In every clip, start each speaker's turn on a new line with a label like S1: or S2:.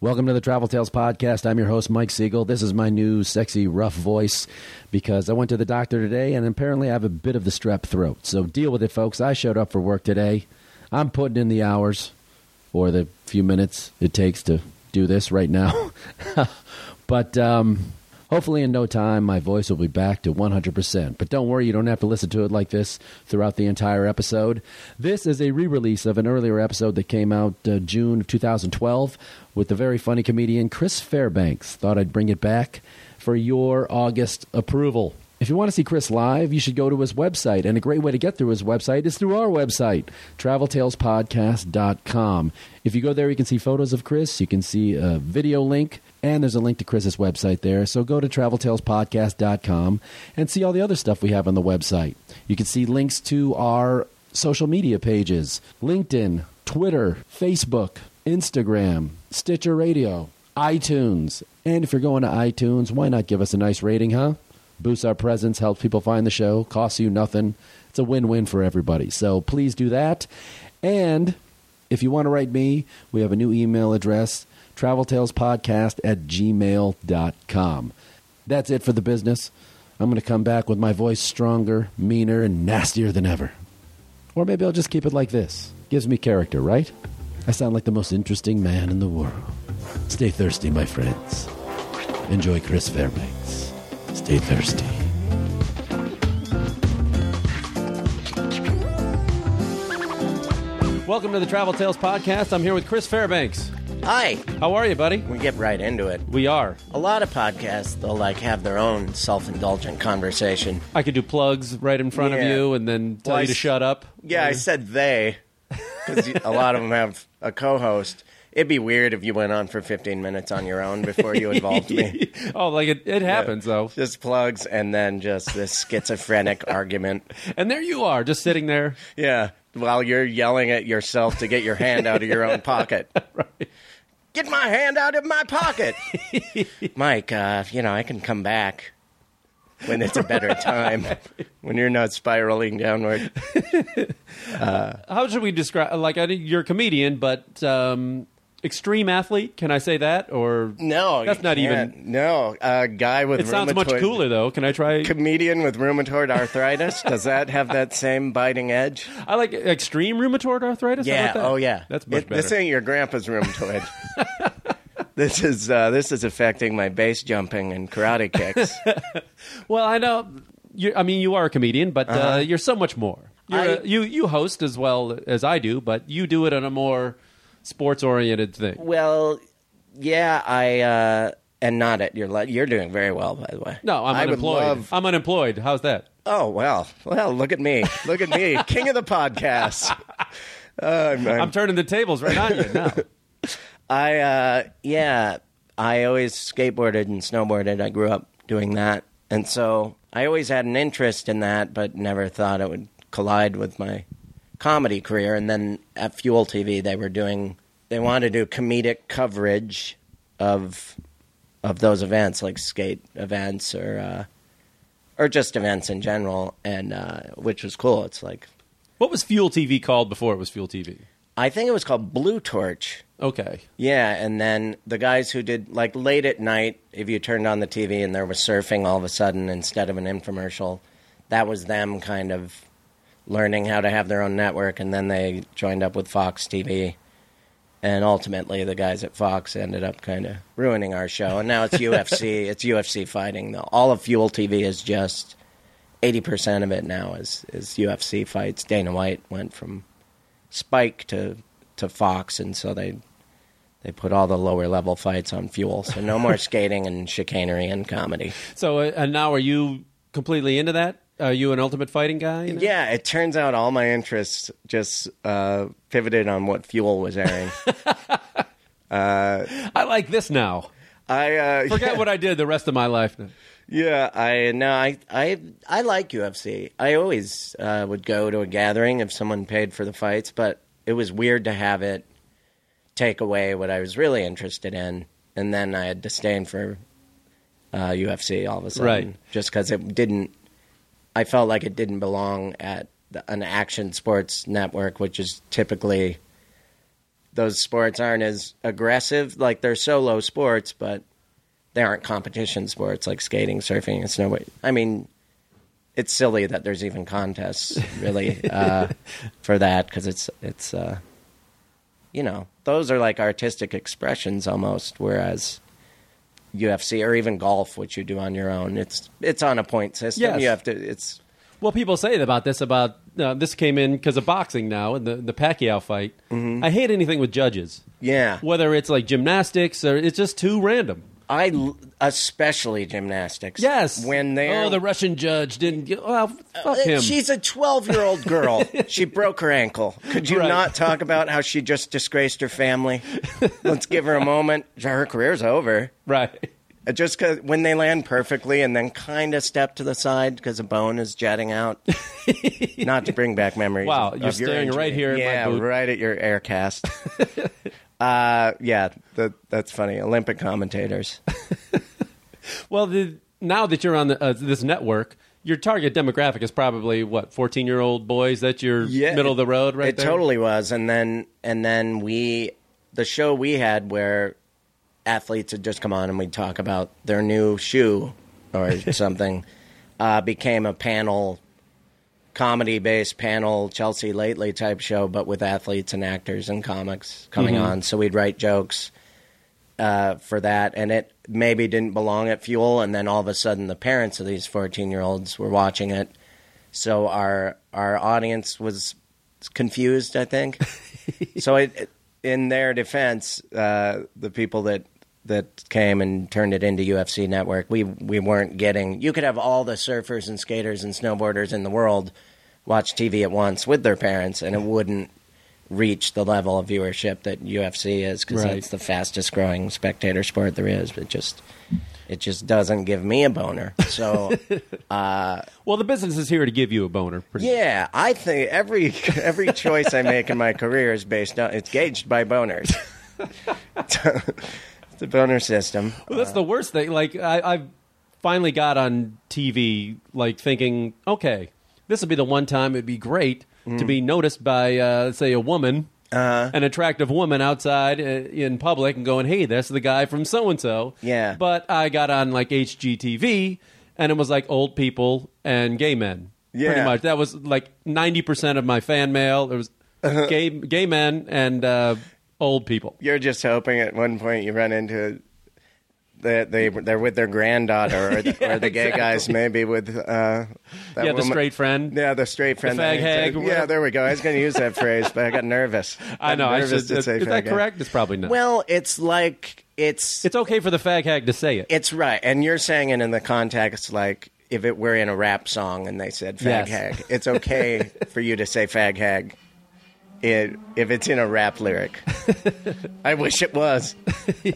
S1: Welcome to the Travel Tales Podcast. I'm your host, Mike Siegel. This is my new sexy, rough voice because I went to the doctor today and apparently I have a bit of the strep throat. So deal with it, folks. I showed up for work today. I'm putting in the hours or the few minutes it takes to do this right now. but um, hopefully, in no time, my voice will be back to 100%. But don't worry, you don't have to listen to it like this throughout the entire episode. This is a re release of an earlier episode that came out uh, June of 2012 with the very funny comedian Chris Fairbanks. Thought I'd bring it back for your August approval. If you want to see Chris live, you should go to his website. And a great way to get through his website is through our website, traveltalespodcast.com. If you go there, you can see photos of Chris, you can see a video link, and there's a link to Chris's website there. So go to traveltalespodcast.com and see all the other stuff we have on the website. You can see links to our social media pages LinkedIn, Twitter, Facebook, Instagram, Stitcher Radio, iTunes. And if you're going to iTunes, why not give us a nice rating, huh? boosts our presence, helps people find the show, costs you nothing. It's a win win for everybody. So please do that. And if you want to write me, we have a new email address traveltalespodcast at gmail.com. That's it for the business. I'm going to come back with my voice stronger, meaner, and nastier than ever. Or maybe I'll just keep it like this. Gives me character, right? I sound like the most interesting man in the world. Stay thirsty, my friends. Enjoy Chris Fairbanks. Stay thirsty. Welcome to the Travel Tales Podcast. I'm here with Chris Fairbanks.
S2: Hi.
S1: How are you, buddy?
S2: We get right into it.
S1: We are.
S2: A lot of podcasts, they'll like have their own self-indulgent conversation.
S1: I could do plugs right in front of
S2: Yeah.
S1: you and then tell
S2: Well, I
S1: you to
S2: s-
S1: shut up.
S2: Yeah, I said they because a lot of them have a co-host. It'd be weird if you went on for 15 minutes on your own before you involved me.
S1: oh, like it, it happens, though.
S2: Just plugs and then just this schizophrenic argument.
S1: And there you are, just sitting there.
S2: Yeah, while you're yelling at yourself to get your hand out of your own pocket. Get my hand out of my pocket. Mike, uh, you know, I can come back when it's a better time, when you're not spiraling downward.
S1: How should we describe? Like, I, think you're a comedian, but um, extreme athlete. Can I say that? Or
S2: No,
S1: that's
S2: you
S1: not
S2: can't.
S1: even.
S2: No, a guy with
S1: It sounds much
S2: rheumatoid-
S1: cooler, though. Can I try?
S2: Comedian with rheumatoid arthritis. Does that have that same biting edge?
S1: I like extreme rheumatoid arthritis. How
S2: Yeah.
S1: about that?
S2: Oh, yeah.
S1: That's much
S2: It-
S1: better.
S2: This ain't your grandpa's rheumatoid. this is uh, this is affecting my base jumping and karate kicks.
S1: well, I know. you I mean, you are a comedian, but uh you're so much more. You're
S2: I-
S1: a- you you host as well as I do, but you do it on a more sports oriented thing.
S2: well, yeah, I uh, and not at your le- you're doing very well by the way.
S1: No, I'm
S2: I would
S1: unemployed.
S2: love-
S1: I'm unemployed. How's that?
S2: oh well, well look at me, look at me, king of the podcast. Oh,
S1: I'm turning the tables right on you now.
S2: I uh, yeah, I always skateboarded and snowboarded. I grew up doing that, and so I always had an interest in that, but never thought it would collide with my comedy career. And then at Fuel TV, they were doing they wanted to do comedic coverage of of those events, like skate events or uh, or just events in general, and uh, which was cool. It's like
S1: What was Fuel TV called before it was Fuel TV?
S2: I think it was called Blue Torch.
S1: Okay.
S2: Yeah, and then the guys who did like late at night, if you turned on the TV and there was surfing all of a sudden instead of an infomercial, that was them kind of learning how to have their own network and then they joined up with Fox TV. And ultimately the guys at Fox ended up kind of ruining our show. And now it's UFC, it's UFC fighting though. All of Fuel TV is just 80% of it now is is UFC fights. Dana White went from Spike to to Fox and so they they put all the lower level fights on fuel, so no more skating and chicanery and comedy.
S1: So uh, and now are you completely into that? Are you an ultimate fighting guy? you know?
S2: Yeah, it turns out all my interests just uh, pivoted on what fuel was airing.
S1: I like this now.
S2: I uh,
S1: Forget what I did the rest of my life. now.
S2: Yeah, I no, I I I like UFC. I always uh, would go to a gathering if someone paid for the fights, but it was weird to have it take away what I was really interested in, and then I had disdain for uh, UFC all of a sudden,
S1: Right.
S2: just because it didn't. I felt like it didn't belong at the, an action sports network, which is typically those sports aren't as aggressive. Like they're solo sports, but they aren't competition sports like skating, surfing, and snowboarding. I mean, it's silly that there's even contests really uh, for that because it's it's uh, you know those are like artistic expressions almost, whereas. UFC or even golf, which you do on your own, it's it's on a point system.
S3: Yes.
S2: You have to. It's
S3: Well, people say about this about uh, this came in because of boxing now and the the Pacquiao fight.
S2: Mm-hmm.
S3: I hate anything with judges,
S2: yeah.
S3: whether it's like gymnastics or it's just too random.
S2: I l- especially gymnastics.
S3: Yes,
S2: when they're
S3: oh the Russian judge didn't get well fuck
S2: Uh,
S3: him.
S2: She's a 12 year old girl. she broke her ankle. Could you
S3: Right.
S2: not talk about how she just disgraced her family? Let's give her a moment. Her career's over.
S3: right.
S2: Uh, Just 'cause- when they land perfectly and then kind of step to the side because a bone is jetting out. not to bring back memories.
S3: Wow,
S2: of-
S3: you're
S2: of your
S3: staring right
S2: injury.
S3: here at my
S2: Yeah,
S3: boot.
S2: right at your air cast. uh, yeah, that, that's funny. Olympic commentators.
S3: Well, the, now that you're on the, uh, this network, your target demographic is probably what fourteen year old boys. That's your middle of the road, right
S2: It
S3: there.
S2: totally was, and then and then we the show we had where athletes would just come on and we'd talk about their new shoe or something uh, became a panel comedy based panel Chelsea lately type show, but with athletes and actors and comics coming
S3: Mm-hmm.
S2: on. So we'd write jokes uh, for that, and it maybe didn't belong at Fuel, and then all of a sudden the parents of these fourteen year olds were watching it, so our our audience was confused, I think. so it, it- in their defense, uh, the people that that came and turned it into UFC Network, we we weren't getting. You could have all the surfers and skaters and snowboarders in the world watch TV at once with their parents, and it wouldn't reach the level of viewership that UFC is because
S3: Right.
S2: that's the fastest growing spectator sport there is. But just it just doesn't give me a boner. So
S3: Well, the business is here to give you a boner. Pretty
S2: Yeah, I think every every choice I make in my career is based on it's gauged by boners. it's a boner system.
S3: Well, that's the worst thing. Like I, I finally got on TV, like thinking, okay, this would be the one time it'd be great to be noticed by, uh, let's say, a woman,
S2: Uh-huh.
S3: an attractive woman outside uh, in public, and going, hey, that's the guy from so and so.
S2: Yeah.
S3: But I got on like HGTV, and it was like old people and gay men. Pretty
S2: Yeah.
S3: much. That was like ninety percent of my fan mail. It was
S2: Uh-huh.
S3: gay, gay men and uh, old people.
S2: You're just hoping at one point you run into that they they're with their granddaughter or the, or the gay guys maybe with uh, that
S3: yeah, the
S2: woman-
S3: straight friend.
S2: Yeah, the straight friend. that
S3: fag
S2: makes
S3: hag,
S2: it.
S3: whatever.
S2: Yeah, there we go. I was going to use that phrase, but I got nervous.
S3: I know.
S2: Got
S3: I
S2: nervous
S3: should, uh,
S2: to
S3: is
S2: say
S3: is that
S2: fag hag.
S3: correct? It's probably not.
S2: Well, it's like it's
S3: it's okay for the fag hag to say it.
S2: It's right, and you're saying it in the context like if it were in a rap song and they said fag
S3: Yes.
S2: hag, it's okay for you to say fag hag. It, if it's in a rap lyric, I wish it was.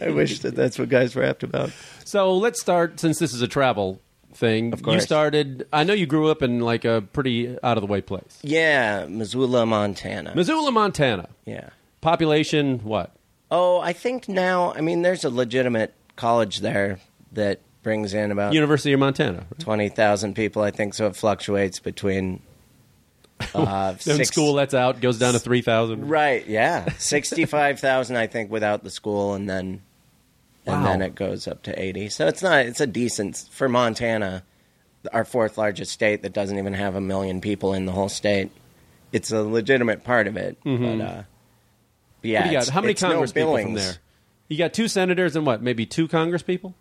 S2: I wish that that's what guys rapped about.
S3: So let's start since this is a travel thing. Of You
S2: course.
S3: started. I know you grew up in like a pretty out of the way place,
S2: Yeah, Missoula, Montana.
S3: Missoula, Montana.
S2: yeah.
S3: Population what?
S2: Oh, I think now. I mean, there's a legitimate college there that brings in about
S3: University of Montana. right?
S2: twenty thousand people. I think so. It fluctuates between uh,
S3: Then
S2: six,
S3: school lets out goes down to three thousand.
S2: Right. Yeah. Sixty-five thousand, I think, without the school, and then and
S3: Wow.
S2: then it goes up to eighty. So it's not. It's a decent for Montana, our fourth largest state that doesn't even have a million people in the whole state. It's a legitimate part of it. But, uh, yeah.
S3: Mm-hmm. What do you got?
S2: it's-
S3: How many
S2: it's no
S3: Congress people from
S2: Billings.
S3: there? You got two senators and what? Maybe two Congress people.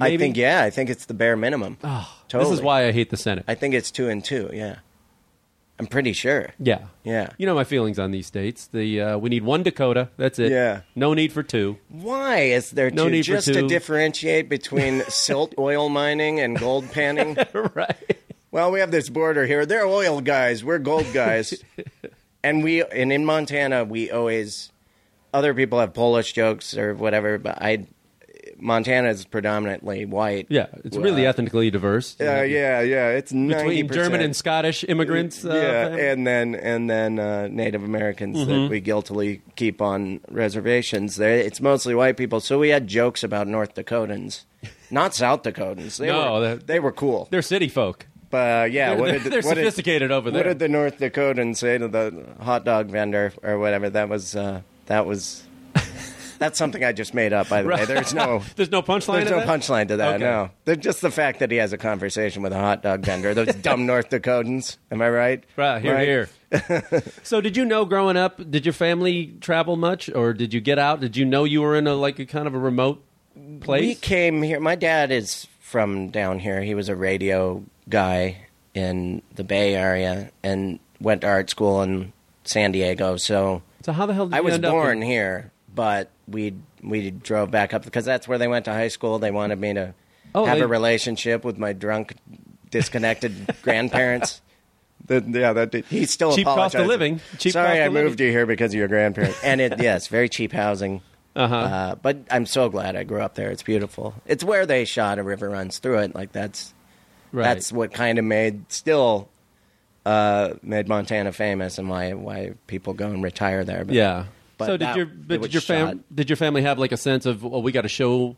S2: I think yeah. I think it's the bare minimum. totally.
S3: Ah, This is why I hate the Senate.
S2: I think it's two and two. Yeah. I'm pretty sure.
S3: yeah.
S2: Yeah.
S3: You know my feelings on these states. The uh, we need one Dakota. That's it.
S2: Yeah.
S3: No need for two.
S2: Why is there
S3: No
S2: two,
S3: need for
S2: just
S3: two.
S2: to differentiate between silt oil mining and gold panning?
S3: right.
S2: well, we have this border here. They're oil guys. We're gold guys. and we and in Montana, we always other people have Polish jokes or whatever, but I Montana is predominantly white.
S3: Yeah, it's really
S2: Uh,
S3: ethnically diverse.
S2: Uh, yeah, yeah. It's
S3: Between
S2: 90%.
S3: German and Scottish immigrants. Uh,
S2: yeah,
S3: family.
S2: and then and then uh, Native Americans
S3: Mm-hmm.
S2: that we guiltily keep on reservations. There, it's mostly white people. So we had jokes about North Dakotans, not South Dakotans. They
S3: No,
S2: were,
S3: that-
S2: they were cool.
S3: they're city folk.
S2: But uh, yeah,
S3: They're,
S2: what
S3: they're,
S2: did the-
S3: they're
S2: what did-
S3: sophisticated over
S2: What
S3: there.
S2: did the North Dakotans say to the hot dog vendor or whatever? That was uh, That was. That's something I just made up, by the way. There's no.
S3: There's no punchline.
S2: There's
S3: to
S2: no
S3: that?
S2: punchline to that.
S3: Okay.
S2: No, They're just the fact that he has a conversation with a hot dog vendor. Those dumb North Dakotans. Am I right?
S3: Right here,
S2: Right?
S3: here. so, did you know growing up? Did your family travel much, or did you get out? Did you know you were in a like a kind of a remote
S2: We
S3: place?
S2: came here. My dad is from down here. He was a radio guy in the Bay Area and went to art school in San Diego. So
S3: so, how the hell did
S2: I
S3: you
S2: was
S3: end up
S2: born
S3: in-
S2: here, but we we drove back up because that's where they went to high school. They wanted me to
S3: Oh,
S2: have
S3: they-
S2: a relationship with my drunk, disconnected grandparents. The- yeah, that did- he still
S3: Cheap cost of
S2: apologizes.
S3: living. Cheap
S2: Sorry,
S3: cost
S2: I
S3: of living.
S2: moved you here because of your grandparents. And it yes, very cheap housing.
S3: Uh-huh.
S2: Uh, but I'm so glad I grew up there. It's beautiful. It's where they shot A River Runs Through It. Like that's
S3: Right.
S2: that's what kind of made still uh, made Montana famous and why why people go and retire there. But
S3: yeah.
S2: but
S3: so, did
S2: that-
S3: your
S2: it
S3: but
S2: was
S3: did your
S2: shot.
S3: fam- did your family have like a sense of oh, we got to show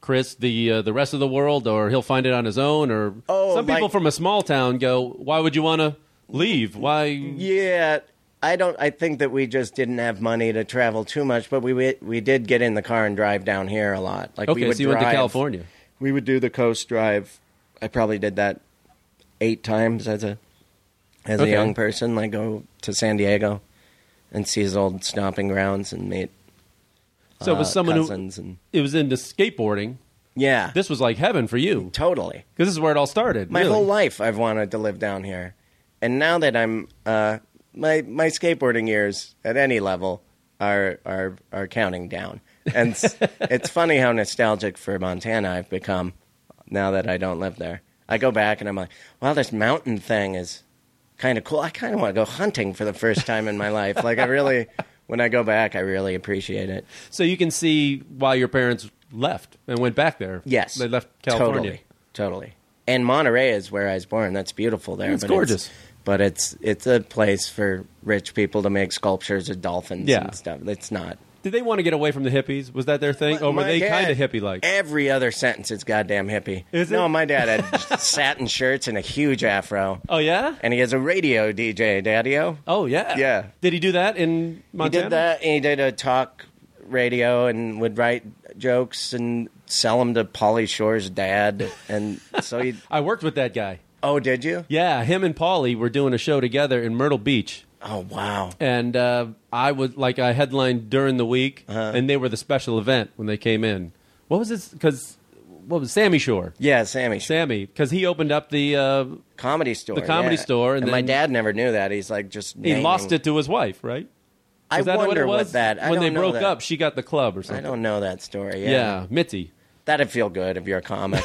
S3: Chris the uh, the rest of the world, or he'll find it on his own, or
S2: Oh,
S3: some people
S2: like-
S3: from a small town go, why would you want to leave? Why?
S2: Yeah, I don't. I think that we just didn't have money to travel too much, but we we, we did get in the car and drive down here a lot. Like we
S3: okay,
S2: would
S3: so you went to
S2: drive-
S3: California.
S2: We would do the coast drive. I probably did that eight times as a as
S3: Okay.
S2: a young person. Like go to San Diego and see his old stomping grounds and meet
S3: So it was
S2: uh,
S3: someone
S2: cousins
S3: who
S2: and-
S3: it was into skateboarding.
S2: yeah,
S3: This was like heaven for you
S2: totally.
S3: because this is where it all started.
S2: My
S3: really.
S2: whole life I've wanted to live down here. And now that I'm uh, my my skateboarding years at any level are are are counting down. And it's, it's funny how nostalgic for Montana I've become now that I don't live there. I go back and I'm like, wow, this mountain thing is kind of cool. I kind of want to go hunting for the first time in my life. Like I really when I go back, I really appreciate it.
S3: So you can see why your parents left and went back there.
S2: Yes,
S3: they left California.
S2: Totally, totally. And Monterey is where I was born. That's beautiful there.
S3: It's
S2: but
S3: gorgeous.
S2: but it's it's a place for rich people to make sculptures of dolphins
S3: Yeah.
S2: and stuff. It's not.
S3: Did they want to get away from the hippies? Was that their thing, or were
S2: My
S3: they
S2: dad-
S3: kind of hippie like?
S2: Every other sentence is goddamn hippie.
S3: Is it?
S2: No, my dad had satin shirts and a huge afro,
S3: Oh yeah.
S2: and he is a radio DJ, daddy-o.
S3: Oh yeah.
S2: Yeah.
S3: Did he do that in
S2: He
S3: Montana?
S2: did that, and he did a talk radio, and would write jokes and sell them to Polly Shore's dad, and so he.
S3: I worked with that guy.
S2: oh, did you?
S3: Yeah, him and Paulie were doing a show together in Myrtle Beach,
S2: Oh, wow.
S3: and uh, I was like I headlined during the week,
S2: Uh-huh.
S3: and they were the special event when they came in. What was this? Because what was Sammy Shore?
S2: Yeah, Sammy.
S3: Sammy, because he opened up the uh,
S2: comedy store.
S3: The Comedy
S2: yeah.
S3: Store, and
S2: And, my
S3: then-
S2: dad never knew that. He's like just
S3: he
S2: naming-
S3: lost it to his wife, right?
S2: I
S3: Is that
S2: wonder
S3: what, it was?
S2: that I
S3: when
S2: don't
S3: they
S2: know
S3: broke
S2: that.
S3: up, she got the club or
S2: I
S3: something.
S2: don't know that story. Yeah,
S3: Yeah, Mitzi.
S2: that'd feel good if you're a comic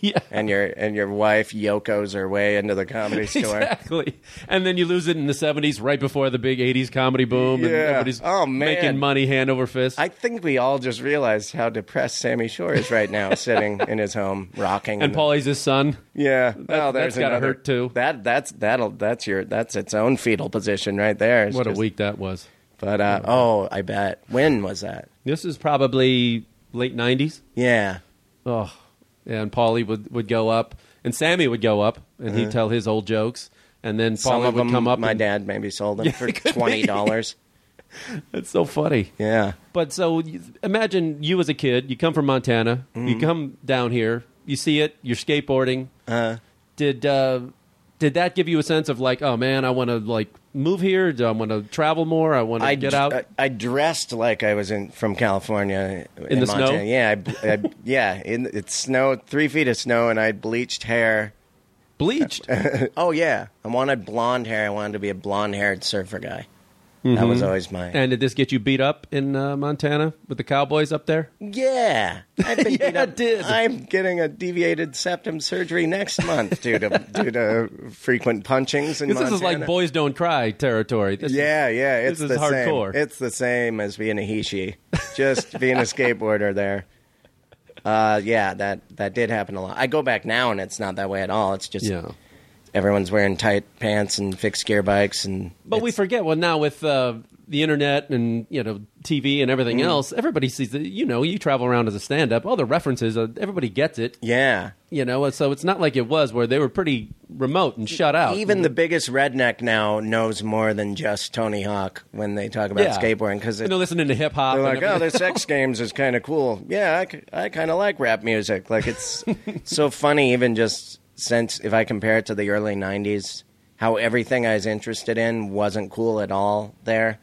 S3: yeah,
S2: and your and your wife Yoko's her way into the comedy store.
S3: exactly. And then you lose it in the '70s, right before the big '80s comedy boom, and
S2: Yeah.
S3: everybody's
S2: Oh, man.
S3: making money hand over fist.
S2: I think we all just realized how depressed Sammy Shore is right now, sitting in his home, rocking. in
S3: and
S2: the-
S3: Paulie's his son.
S2: yeah,
S3: that-
S2: oh, there's
S3: that's gotta
S2: another-
S3: hurt, too.
S2: That that's that'll that's your that's its own fetal position right there. It's
S3: What a
S2: just-
S3: week that was.
S2: But uh, oh, I bet. When was that?
S3: This is probably late '90s.
S2: Yeah,
S3: Oh, and Paulie would, would go up, and Sammy would go up, and he'd tell his old jokes, and then
S2: Uh-huh. Some
S3: Paulie
S2: of
S3: would
S2: them,
S3: come up.
S2: my
S3: and,
S2: dad maybe sold them for twenty dollars.
S3: It's so funny.
S2: Yeah,
S3: But so you- imagine you as a kid, you come from Montana,
S2: Mm-hmm.
S3: you come down here, you see it, you're skateboarding.
S2: Uh.
S3: did uh, did that give you a sense of like, oh man, I want to like move here, do I want to travel more, I want to
S2: I
S3: get
S2: d-
S3: out?
S2: I, I dressed like I was in from California
S3: In the snow?
S2: Montana. Yeah, I, I, yeah. In, it's snow, three feet of snow, and I had bleached hair.
S3: Bleached.
S2: Oh yeah, I wanted blonde hair. I wanted to be a blonde-haired surfer guy. That was always my
S3: Mm-hmm. and did this get you beat up in uh, Montana with the cowboys up there?
S2: yeah. I've been
S3: Yeah,
S2: beat up.
S3: it did.
S2: I'm getting a deviated septum surgery next month due to due to frequent punchings in
S3: Because
S2: Montana.
S3: this is like boys don't cry territory. This is-
S2: Yeah, yeah, it's
S3: this is
S2: the
S3: hardcore.
S2: same. It's the same as being a heishi, just being a skateboarder there. Uh, yeah, that that did happen a lot. I go back now, and it's not that way at all. It's just
S3: yeah.
S2: everyone's wearing tight pants and fixed gear bikes, and
S3: But we
S2: it's-
S3: forget. Well, now with uh, the internet and you know TV and everything
S2: Mm-hmm.
S3: else, everybody sees it. You know, you travel around as a stand-up. All the references, uh, everybody gets it.
S2: Yeah.
S3: You know, so it's not like it was where they were pretty remote and shut out.
S2: Even the biggest redneck now knows more than just Tony Hawk when they talk about
S3: Yeah.
S2: skateboarding because
S3: and they're listening to hip hop.
S2: They're
S3: and
S2: like, oh,
S3: everything.
S2: this X Games is kind of cool. Yeah, I, c- I kind of like rap music. Like, it's so funny, even just since if I compare it to the early 90s, how everything I was interested in wasn't cool at all there.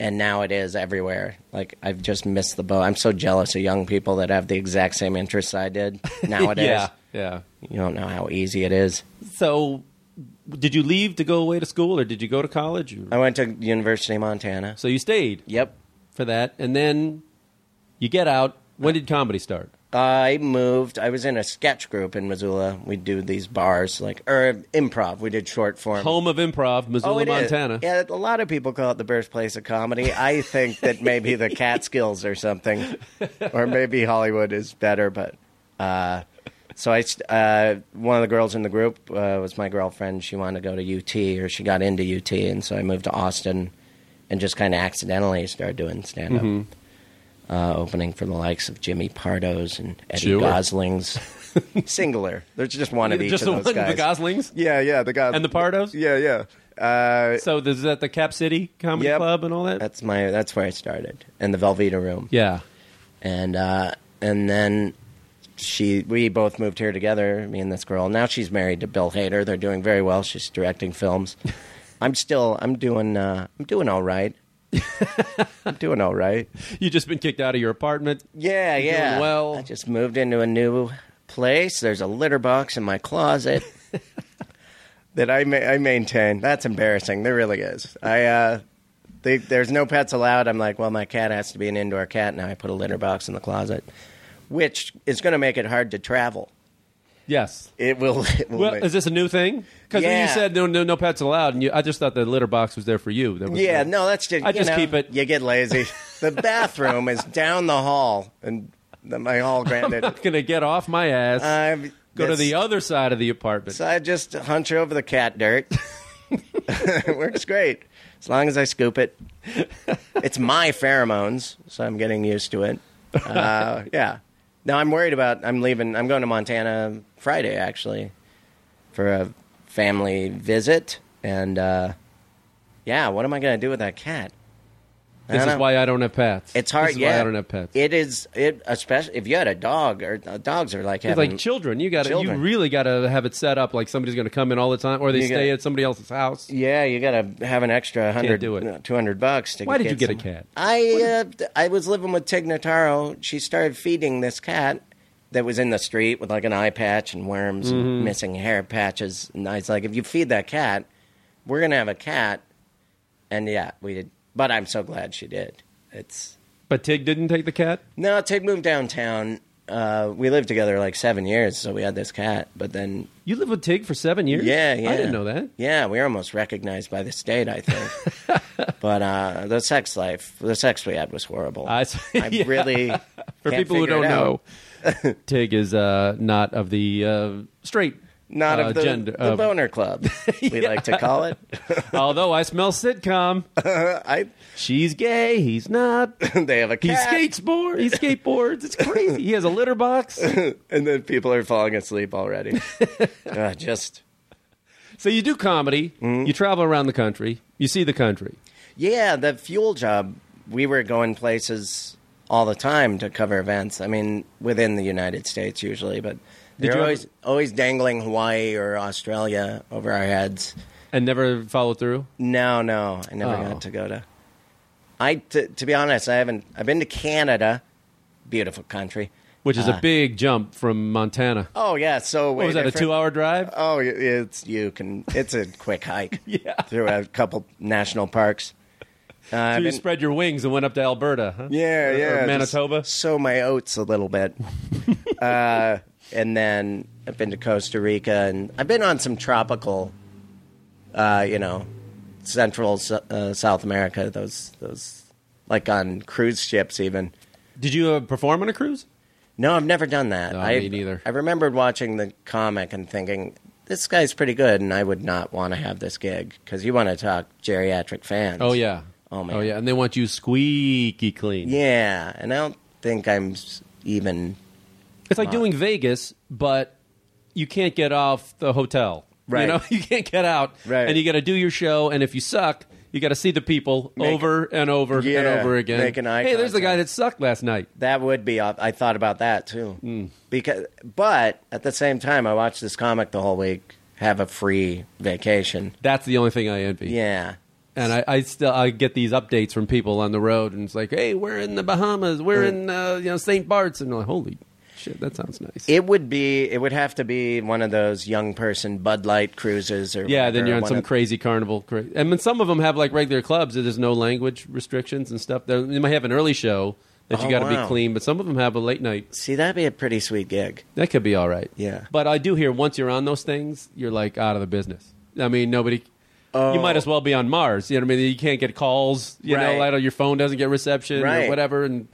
S2: And now it is everywhere. Like, I've just missed the boat. I'm so jealous of young people that have the exact same interests I did nowadays.
S3: yeah, yeah.
S2: You don't know how easy it is.
S3: So, did you leave to go away to school, or did you go to college? Or-
S2: I went to University of Montana.
S3: So you stayed
S2: Yep.
S3: for that, and then you get out. When did comedy start?
S2: I moved. I was in a sketch group in Missoula. We do these bars, like or improv. We did short form.
S3: Home of improv, Missoula,
S2: Oh, it is.
S3: Montana.
S2: Yeah, a lot of people call it the birthplace of comedy. I think that maybe the Catskills or something, or maybe Hollywood is better. But uh, so I, st- uh, one of the girls in the group uh, was my girlfriend. She wanted to go to UT, or she got into UT, and so I moved to Austin, and just kind of accidentally started doing stand up. Uh, opening for the likes of Jimmy Pardo's and Eddie
S3: Mm-hmm. Sure.
S2: Gosling's singular. There's just one of each
S3: Just
S2: of
S3: the
S2: those
S3: one,
S2: guys.
S3: the Goslings,
S2: yeah, yeah, the guys
S3: And the Pardos?
S2: Yeah, yeah. Uh,
S3: So is that the Cap City Comedy
S2: Yep.
S3: Club and all that?
S2: that's my that's where I started in the Velveeta room.
S3: yeah.
S2: And uh, and then she we both moved here together, me and this girl. Now she's married to Bill Hader. They're doing very well. She's directing films. I'm still I'm doing uh, I'm doing all right. I'm doing all right.
S3: You just been kicked out of your apartment.
S2: Yeah,
S3: You're doing
S2: yeah.
S3: well.
S2: I just moved into a new place. There's a litter box in my closet that I ma- I maintain. That's embarrassing. There really is. I uh, they, there's no pets allowed. I'm like, well, my cat has to be an indoor cat now. I put a litter box in the closet, which is going to make it hard to travel.
S3: Yes.
S2: It will. It will
S3: Well,
S2: make-
S3: is this a new thing? Because you
S2: Yeah.
S3: said no, no, no pets allowed, and you, I just thought the litter box was there for you. That was
S2: yeah, no, that's just.
S3: I
S2: you
S3: just
S2: know,
S3: keep it-
S2: You get lazy. the bathroom is down the hall, and the, my hall granted.
S3: I'm gonna get off my ass.
S2: I've-
S3: go to
S2: Uh, that's-
S3: the other side of the apartment.
S2: So I just hunch over the cat dirt. it works great as long as I scoop it. It's my pheromones, so I'm getting used to it. Uh, yeah. Now I'm worried about. I'm leaving. I'm going to Montana Friday actually for a family visit, and uh, yeah, what am I going to do with that cat? I
S3: This
S2: don't
S3: is
S2: know.
S3: why I don't have pets.
S2: it's hard.
S3: This is
S2: yeah,
S3: why I don't have pets.
S2: It is. It especially if you had a dog or uh, dogs are like
S3: It's
S2: having
S3: like children. You got to you
S2: Children.
S3: really got to have it set up like somebody's going to come in all the time, or they
S2: You
S3: stay
S2: gotta-
S3: at somebody else's house.
S2: Yeah, you gotta have an extra hundred,
S3: do it.
S2: uh, two hundred bucks to.
S3: Why did you get a
S2: some-
S3: cat?
S2: I uh, I was living with Tig Notaro. She started feeding this cat that was in the street with like an eye patch and worms
S3: Mm-hmm.
S2: and missing hair patches. And I was like, if you feed that cat, we're gonna have a cat. And yeah, we did. But I'm so glad she did. It's
S3: But Tig didn't take the cat.
S2: no, Tig moved downtown. Uh, we lived together like seven years, so we had this cat. But then
S3: You lived with Tig for seven years.
S2: yeah, yeah.
S3: I didn't know that.
S2: Yeah, we were almost recognized by the state, I think. but uh, the sex life, the sex we had was horrible.
S3: I see.
S2: I
S3: Yeah.
S2: really.
S3: For
S2: can't
S3: people who
S2: figure it
S3: don't
S2: out.
S3: know, Tig is uh, not of the uh, straight
S2: Not
S3: uh,
S2: of the,
S3: gender.
S2: the
S3: of-
S2: boner club, we like to call it.
S3: although I smell sitcom.
S2: I,
S3: She's gay. He's not.
S2: they have a
S3: He
S2: cat,
S3: skatesboard. He skateboards. It's crazy. He has a litter box.
S2: and then people are falling asleep already. uh, just
S3: So you do comedy.
S2: Mm-hmm.
S3: You travel around the country. You see the country.
S2: Yeah, the fuel job, we were going places all the time to cover events. I mean, within the United States usually, but
S3: Did
S2: they're
S3: you
S2: always
S3: ever-
S2: always dangling Hawaii or Australia over our heads.
S3: and never follow through.
S2: No, no, I never
S3: Oh.
S2: got to go to. I t- to be honest, I haven't. I've been to Canada, beautiful country.
S3: Which
S2: Ah.
S3: is a big jump from Montana.
S2: Oh yeah, so
S3: What was that, a two hour drive?
S2: Oh, y- it's you can. It's a quick hike
S3: Yeah.
S2: through a couple national parks. Uh,
S3: so
S2: I've
S3: you
S2: been-
S3: spread your wings and went up to Alberta, huh?
S2: Yeah,
S3: Or- or
S2: yeah. just
S3: Manitoba?
S2: sow my oats a little bit. uh, and then I've been to Costa Rica and I've been on some tropical, uh, you know, Central uh, South America, those, those, like on cruise ships even.
S3: Did you uh, perform on a cruise?
S2: No, I've never done that.
S3: No,
S2: I,
S3: me neither.
S2: I remembered watching the comic and thinking, this guy's pretty good and I would not want to have this gig because you want to talk geriatric fans.
S3: Oh, yeah.
S2: Oh man.
S3: Oh yeah, and they want you squeaky clean.
S2: Yeah, and I don't think I'm s- even
S3: It's like doing Vegas, but you can't get off the hotel. You
S2: Right.
S3: know, you can't get out.
S2: Right.
S3: And you got to do your show. And if you suck, you got to see the people
S2: Make-
S3: over and over and
S2: Yeah,
S3: over again.
S2: make an eye
S3: hey, there's the
S2: contact.
S3: guy that sucked last night.
S2: That would be. I thought about that too.
S3: Mm.
S2: Because, but at the same time, I watched this comic the whole week. Have a free vacation.
S3: That's the only thing I envy.
S2: Yeah.
S3: And I, I still I get these updates from people on the road, and it's like, hey, we're in the Bahamas, we're in uh, you know St. Bart's, and I'm like, holy shit, that sounds nice.
S2: It would be. It would have to be one of those young person Bud Light cruises, or
S3: yeah,
S2: whatever,
S3: then you're on
S2: one
S3: some
S2: of-
S3: crazy carnival. Cra- I mean, some of them have like regular clubs. that There's no language restrictions and stuff. They're- They might have an early show that you
S2: Oh,
S3: got to be
S2: wow.
S3: clean, but some of them have a late night.
S2: See, that'd be a pretty sweet gig.
S3: That could be all right.
S2: Yeah.
S3: But I do hear once you're on those things, you're like out of the business. I mean, nobody. You might as well be on Mars. You know what I mean? You can't get calls. You know,
S2: Oh. Right.
S3: like, your phone doesn't get reception or
S2: Right.
S3: whatever, and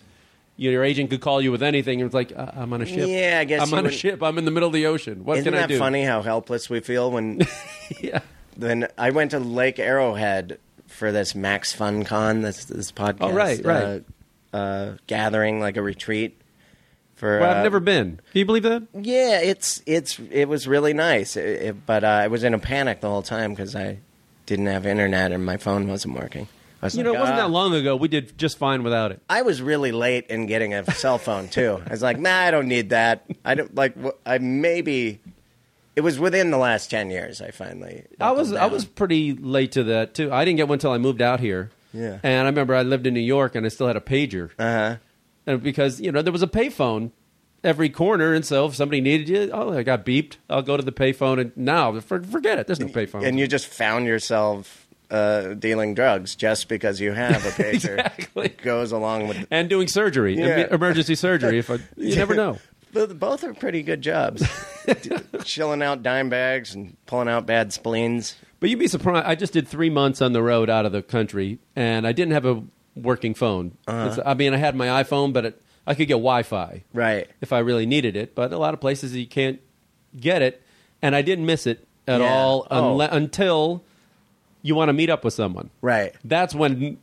S3: your agent could call you with anything. And it's like, I- I'm on a ship.
S2: Yeah, I guess
S3: I'm
S2: you
S3: on a
S2: wouldn't-
S3: ship. I'm in the middle of the ocean. What
S2: Isn't
S3: can I
S2: that
S3: do?
S2: funny how helpless we feel when
S3: yeah.
S2: when I went to Lake Arrowhead for this Max Fun Con, this this podcast,
S3: Oh, right, right.
S2: Uh, uh, gathering like a retreat for.
S3: Well,
S2: uh,
S3: I've never been. Can you believe that?
S2: Yeah, it's it's it was really nice, It- it- but uh, I was in a panic the whole time because I didn't have internet and my phone wasn't working. I was
S3: You know,
S2: like,
S3: it wasn't
S2: "Ah."
S3: that long ago. We did just fine without it.
S2: I was really late in getting a cell phone too. I was like, nah, I don't need that. I don't like. wh- I maybe it was within the last ten years. I finally.
S3: I was
S2: knuckled
S3: I
S2: down.
S3: was pretty late to that too. I didn't get one until I moved out here.
S2: Yeah.
S3: And I remember I lived in New York and I still had a pager.
S2: Uh-huh.
S3: And because, you know, there was a payphone every corner and so if somebody needed you, oh, I got beeped. I'll go to the payphone and now for, forget it. There's no payphone.
S2: and you just found yourself uh, dealing drugs just because you have a pager.
S3: Exactly.
S2: It goes along with.
S3: and doing surgery, em-
S2: Yeah.
S3: emergency surgery if I, you never know.
S2: Both both are pretty good jobs. D- Chilling out dime bags and pulling out bad spleens.
S3: But you'd be surprised. I just did three months on the road out of the country, and I didn't have a working phone.
S2: Uh-huh.
S3: It's- I mean, I had my iPhone, but it, I could get Wi-Fi
S2: Right.
S3: if I really needed it. But a lot of places you can't get it, and I didn't miss it at
S2: Yeah.
S3: all unle-
S2: Oh.
S3: until you want to meet up with someone.
S2: Right.
S3: That's when.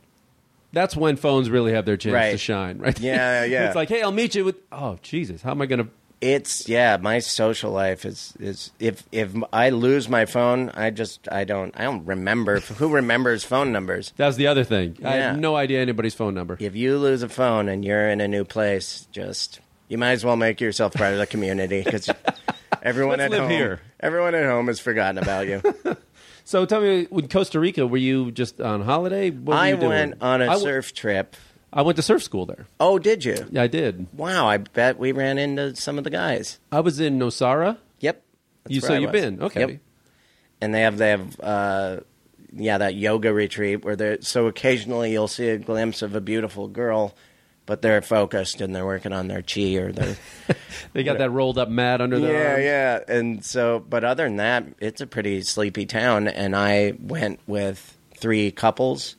S3: That's when phones really have their chance to
S2: Right.
S3: shine, right?
S2: Yeah, yeah.
S3: it's like, hey, I'll meet you with. Oh, Jesus, how am I going to?
S2: It's yeah. My social life is is if if I lose my phone, I just I don't I don't remember who remembers phone numbers.
S3: That was the other thing.
S2: Yeah.
S3: I have no idea anybody's phone number.
S2: If you lose a phone and you're in a new place, just you might as well make yourself part of the community because everyone
S3: Let's
S2: at
S3: live
S2: home,
S3: here.
S2: everyone at home has forgotten about you.
S3: So tell me, with Costa Rica, were you just on holiday? What were
S2: I
S3: you doing?
S2: went on a
S3: I w-
S2: surf trip.
S3: I went to surf school there.
S2: Oh, did you?
S3: Yeah, I did.
S2: Wow, I bet we ran into some of the guys.
S3: I was in Nosara.
S2: Yep. That's
S3: you
S2: where
S3: so
S2: I
S3: you've
S2: was.
S3: been okay?
S2: Yep. And they have they have uh, yeah that yoga retreat where they are so occasionally you'll see a glimpse of a beautiful girl, but they're focused and they're working on their chi or their
S3: They got that rolled up mat under their
S2: yeah
S3: arms.
S2: yeah and so but other than that it's a pretty sleepy town and I went with three couples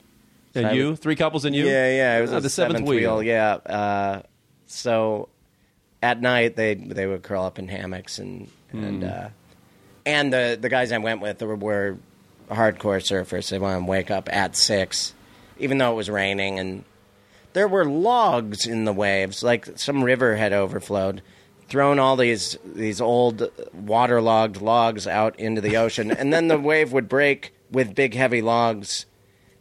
S3: And
S2: I
S3: you,
S2: was-
S3: three couples, and you.
S2: Yeah, yeah. It was
S3: Ah,
S2: a
S3: the seventh,
S2: wheel. Yeah. Uh, so at night they they would curl up in hammocks and and
S3: Hmm.
S2: uh, and the the guys I went with were, were hardcore surfers. They wanted to wake up at six, even though it was raining and there were logs in the waves. Like some river had overflowed. Thrown all these these old waterlogged logs out into the ocean, and then the wave would break with big heavy logs,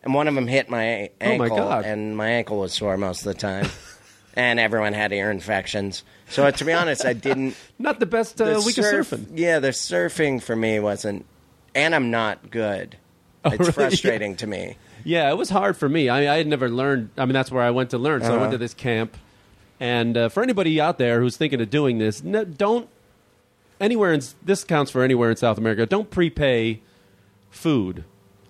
S2: and one of them hit my
S3: Oh, my
S2: ankle,
S3: God.
S2: and my ankle was sore most of the time, and everyone had ear infections. So to be honest, I didn't.
S3: Not the best uh,
S2: the
S3: week
S2: surf-
S3: of surfing.
S2: Yeah, the surfing for me wasn't, and I'm not good. it's
S3: Oh, really?
S2: frustrating to me.
S3: Yeah, it was hard for me. I, I had never learned. I mean, that's where I went to learn. So I went
S2: Uh-huh.
S3: to this camp. And uh, for anybody out there who's thinking of doing this, no, don't anywhere. In, this counts for anywhere in South America. Don't prepay food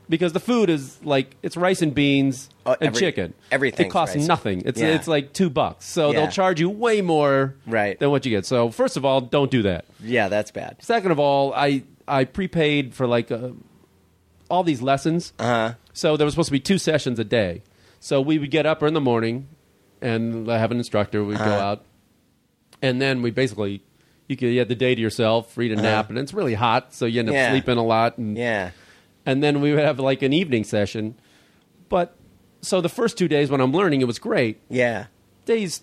S3: because the food is like it's rice and beans
S2: Oh,
S3: and
S2: every-
S3: chicken.
S2: everything's
S3: it costs
S2: rice.
S3: nothing. It's
S2: Yeah.
S3: it's like two bucks. So
S2: Yeah.
S3: they'll charge you way more
S2: Right.
S3: than what you get. So first of all, don't do that.
S2: Yeah, that's bad.
S3: Second of all, I I prepaid for like uh all these lessons.
S2: Uh,
S3: So there was supposed to be two sessions a day. So we would get up in the morning and have an instructor. We'd
S2: Uh-huh.
S3: go out, and then we basically you could you had the day to yourself, read a nap, and it's really hot, so you end up
S2: Uh-huh. Yeah.
S3: sleeping a lot. And
S2: yeah.
S3: and then we would have like an evening session, but So the first two days when I'm learning, it was great.
S2: Yeah.
S3: Days,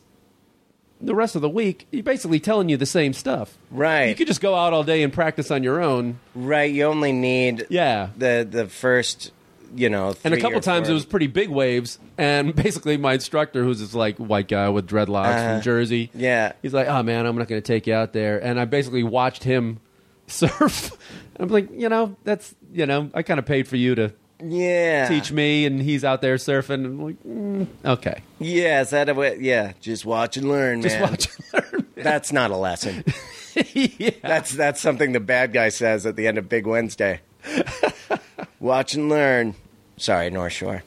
S3: the rest of the week, you're basically telling you the same stuff.
S2: Right.
S3: You could just go out all day and practice on your own.
S2: Right. You only need
S3: Yeah.
S2: the the first, you know,
S3: And a
S2: three
S3: couple
S2: or
S3: times
S2: four-
S3: it was pretty big waves, and basically my instructor, who's this like white guy with dreadlocks
S2: Uh-huh.
S3: from Jersey,
S2: Yeah.
S3: he's like, "Oh man, I'm not going to take you out there." And I basically watched him surf. I'm like, you know, that's you know, I kind of paid for you to
S2: Yeah.
S3: teach me, and he's out there surfing. I'm like, mm, okay,
S2: Yeah. Is that a way? Yeah. Just watch and learn,
S3: just
S2: man.
S3: watch and learn.
S2: That's not a lesson.
S3: yeah.
S2: That's that's something the bad guy says at the end of Big Wednesday. Watch and learn. Sorry, North Shore.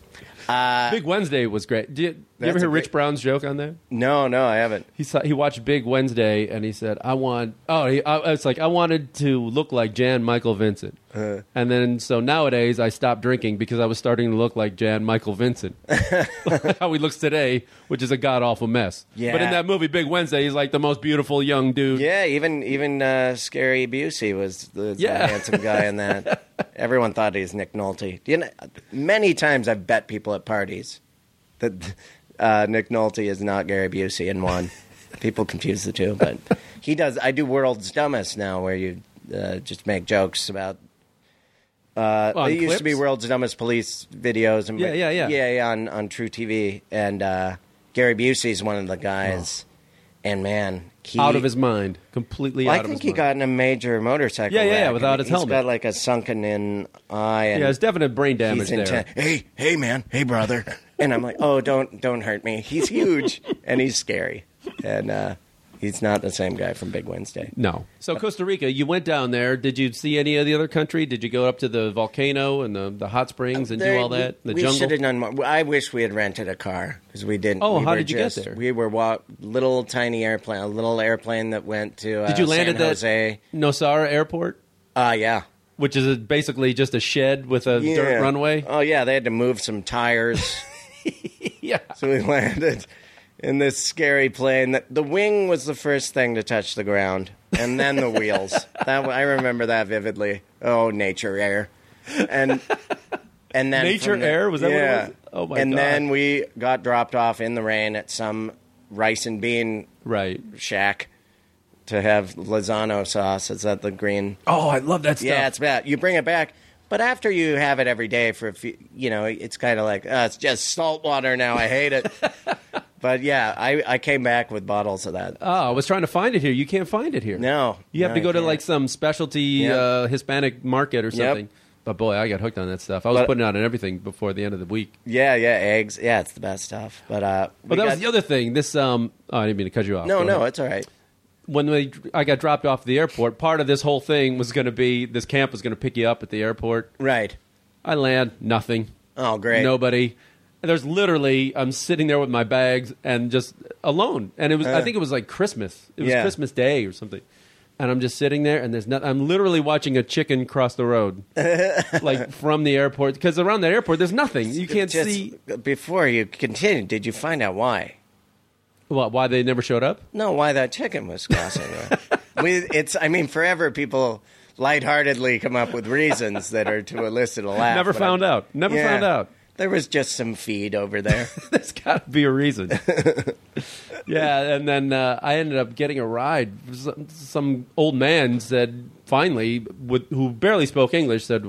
S3: Big Wednesday was great. Did you, you
S2: Uh, That's
S3: ever
S2: a
S3: hear Rich
S2: great-
S3: Brown's joke on there?
S2: No, no, I haven't.
S3: He saw, he watched Big Wednesday and he said, "I want." Oh, he, I, it's like I wanted to look like Jan Michael Vincent,
S2: Uh-huh.
S3: and then so nowadays I stopped drinking because I was starting to look like Jan Michael Vincent, how he looks today, which is a god awful mess.
S2: Yeah.
S3: But in that movie Big Wednesday, he's like the most beautiful young dude.
S2: Yeah, even even uh, Scary Busey was the, the
S3: Yeah.
S2: handsome guy in that. Everyone thought he was Nick Nolte. Do You know, many times I've bet people at parties that uh, Nick Nolte is not Gary Busey in one. people confuse the two, but he does. I do World's Dumbest now, where you uh, just make jokes about. Uh,
S3: On
S2: it used to be
S3: clips?
S2: World's Dumbest Police videos and
S3: Yeah, yeah, yeah.
S2: yeah, yeah, on on True TV, and uh, Gary Busey's one of the guys. And man, he,
S3: Oh. out of his mind, completely
S2: well,
S3: out
S2: I
S3: of his
S2: think he
S3: mind.
S2: got in a major motorcycle.
S3: Yeah, yeah, yeah,
S2: wreck.
S3: without
S2: and
S3: his
S2: he's
S3: helmet.
S2: got like a sunken in eye. And
S3: yeah, there's definite brain
S2: he's
S3: damage there.
S2: intent. Hey, hey, man, hey, brother. and I'm like, oh, don't, don't hurt me. He's huge and he's scary, and uh, he's not the same guy from Big Wednesday.
S3: No. So Costa Rica, you went down there. Did you see any of the other country? Did you go up to the volcano and the, the hot springs and
S2: There-
S3: do all that?
S2: We,
S3: The
S2: we
S3: jungle.
S2: should have done more. I wish we had rented a car because we didn't.
S3: Oh,
S2: we
S3: how
S2: were
S3: did you get
S2: just-
S3: there?
S2: We were walk little tiny airplane, a little airplane that went to. Uh,
S3: Did you land
S2: San
S3: at that
S2: Jose?
S3: Nosara Airport,
S2: Uh, yeah.
S3: which is a, basically just a shed with a
S2: Yeah.
S3: dirt runway?
S2: Oh yeah, they had to move some tires.
S3: yeah.
S2: So we landed in this scary plane. That the wing was the first thing to touch the ground, and then the wheels. That I remember that vividly. Oh, nature air, and and then
S3: Nature
S2: from the-
S3: air? Was that what it
S2: yeah.
S3: was? Oh, my
S2: And
S3: God.
S2: then we got dropped off in the rain at some rice and bean
S3: Right.
S2: shack to have Lozano sauce. Is that the green?
S3: Oh, I love that stuff.
S2: Yeah, it's bad. You bring it back, but after you have it every day for a few, you know, it's kind of like uh, it's just salt water now. I hate it. but yeah, I I came back with bottles of that.
S3: oh, I was trying to find it here. You can't find it here.
S2: No,
S3: You have
S2: no,
S3: to go to
S2: can't.
S3: like some specialty
S2: Yeah.
S3: uh, Hispanic market or something. But boy, I got hooked on that stuff. I was
S2: But-
S3: putting it on everything before the end of the week.
S2: yeah, yeah, eggs. Yeah, it's the best stuff. But uh, we
S3: But that
S2: got-
S3: was the other thing. This um, oh, I didn't mean to cut you off.
S2: No,
S3: Go
S2: no,
S3: ahead.
S2: it's all right.
S3: when they, I got dropped off at the airport, part of this whole thing was going to be this camp was going to pick you up at the airport.
S2: Right.
S3: I land, nothing.
S2: Oh, great.
S3: Nobody. There's literally, I'm sitting there with my bags and just alone. And it was, I think it was like Christmas. It was
S2: Uh. Yeah.
S3: Christmas Day or something. And I'm just sitting there and there's not, I'm literally watching a chicken cross the road, like from the airport. Because around the airport, there's nothing. You can't
S2: Just
S3: see
S2: Before you continue, did you find out why?
S3: what, why they never showed up.
S2: No, why that chicken was crossing. the- we, it's. I mean, forever people lightheartedly come up with reasons that are to elicit a laugh.
S3: Never
S2: but
S3: found
S2: I-
S3: out. Never
S2: Yeah.
S3: found out.
S2: There was just some feed over there.
S3: There's got to be a reason. yeah, and then uh, I ended up getting a ride. Some, some old man said, finally, with, who barely spoke English, said,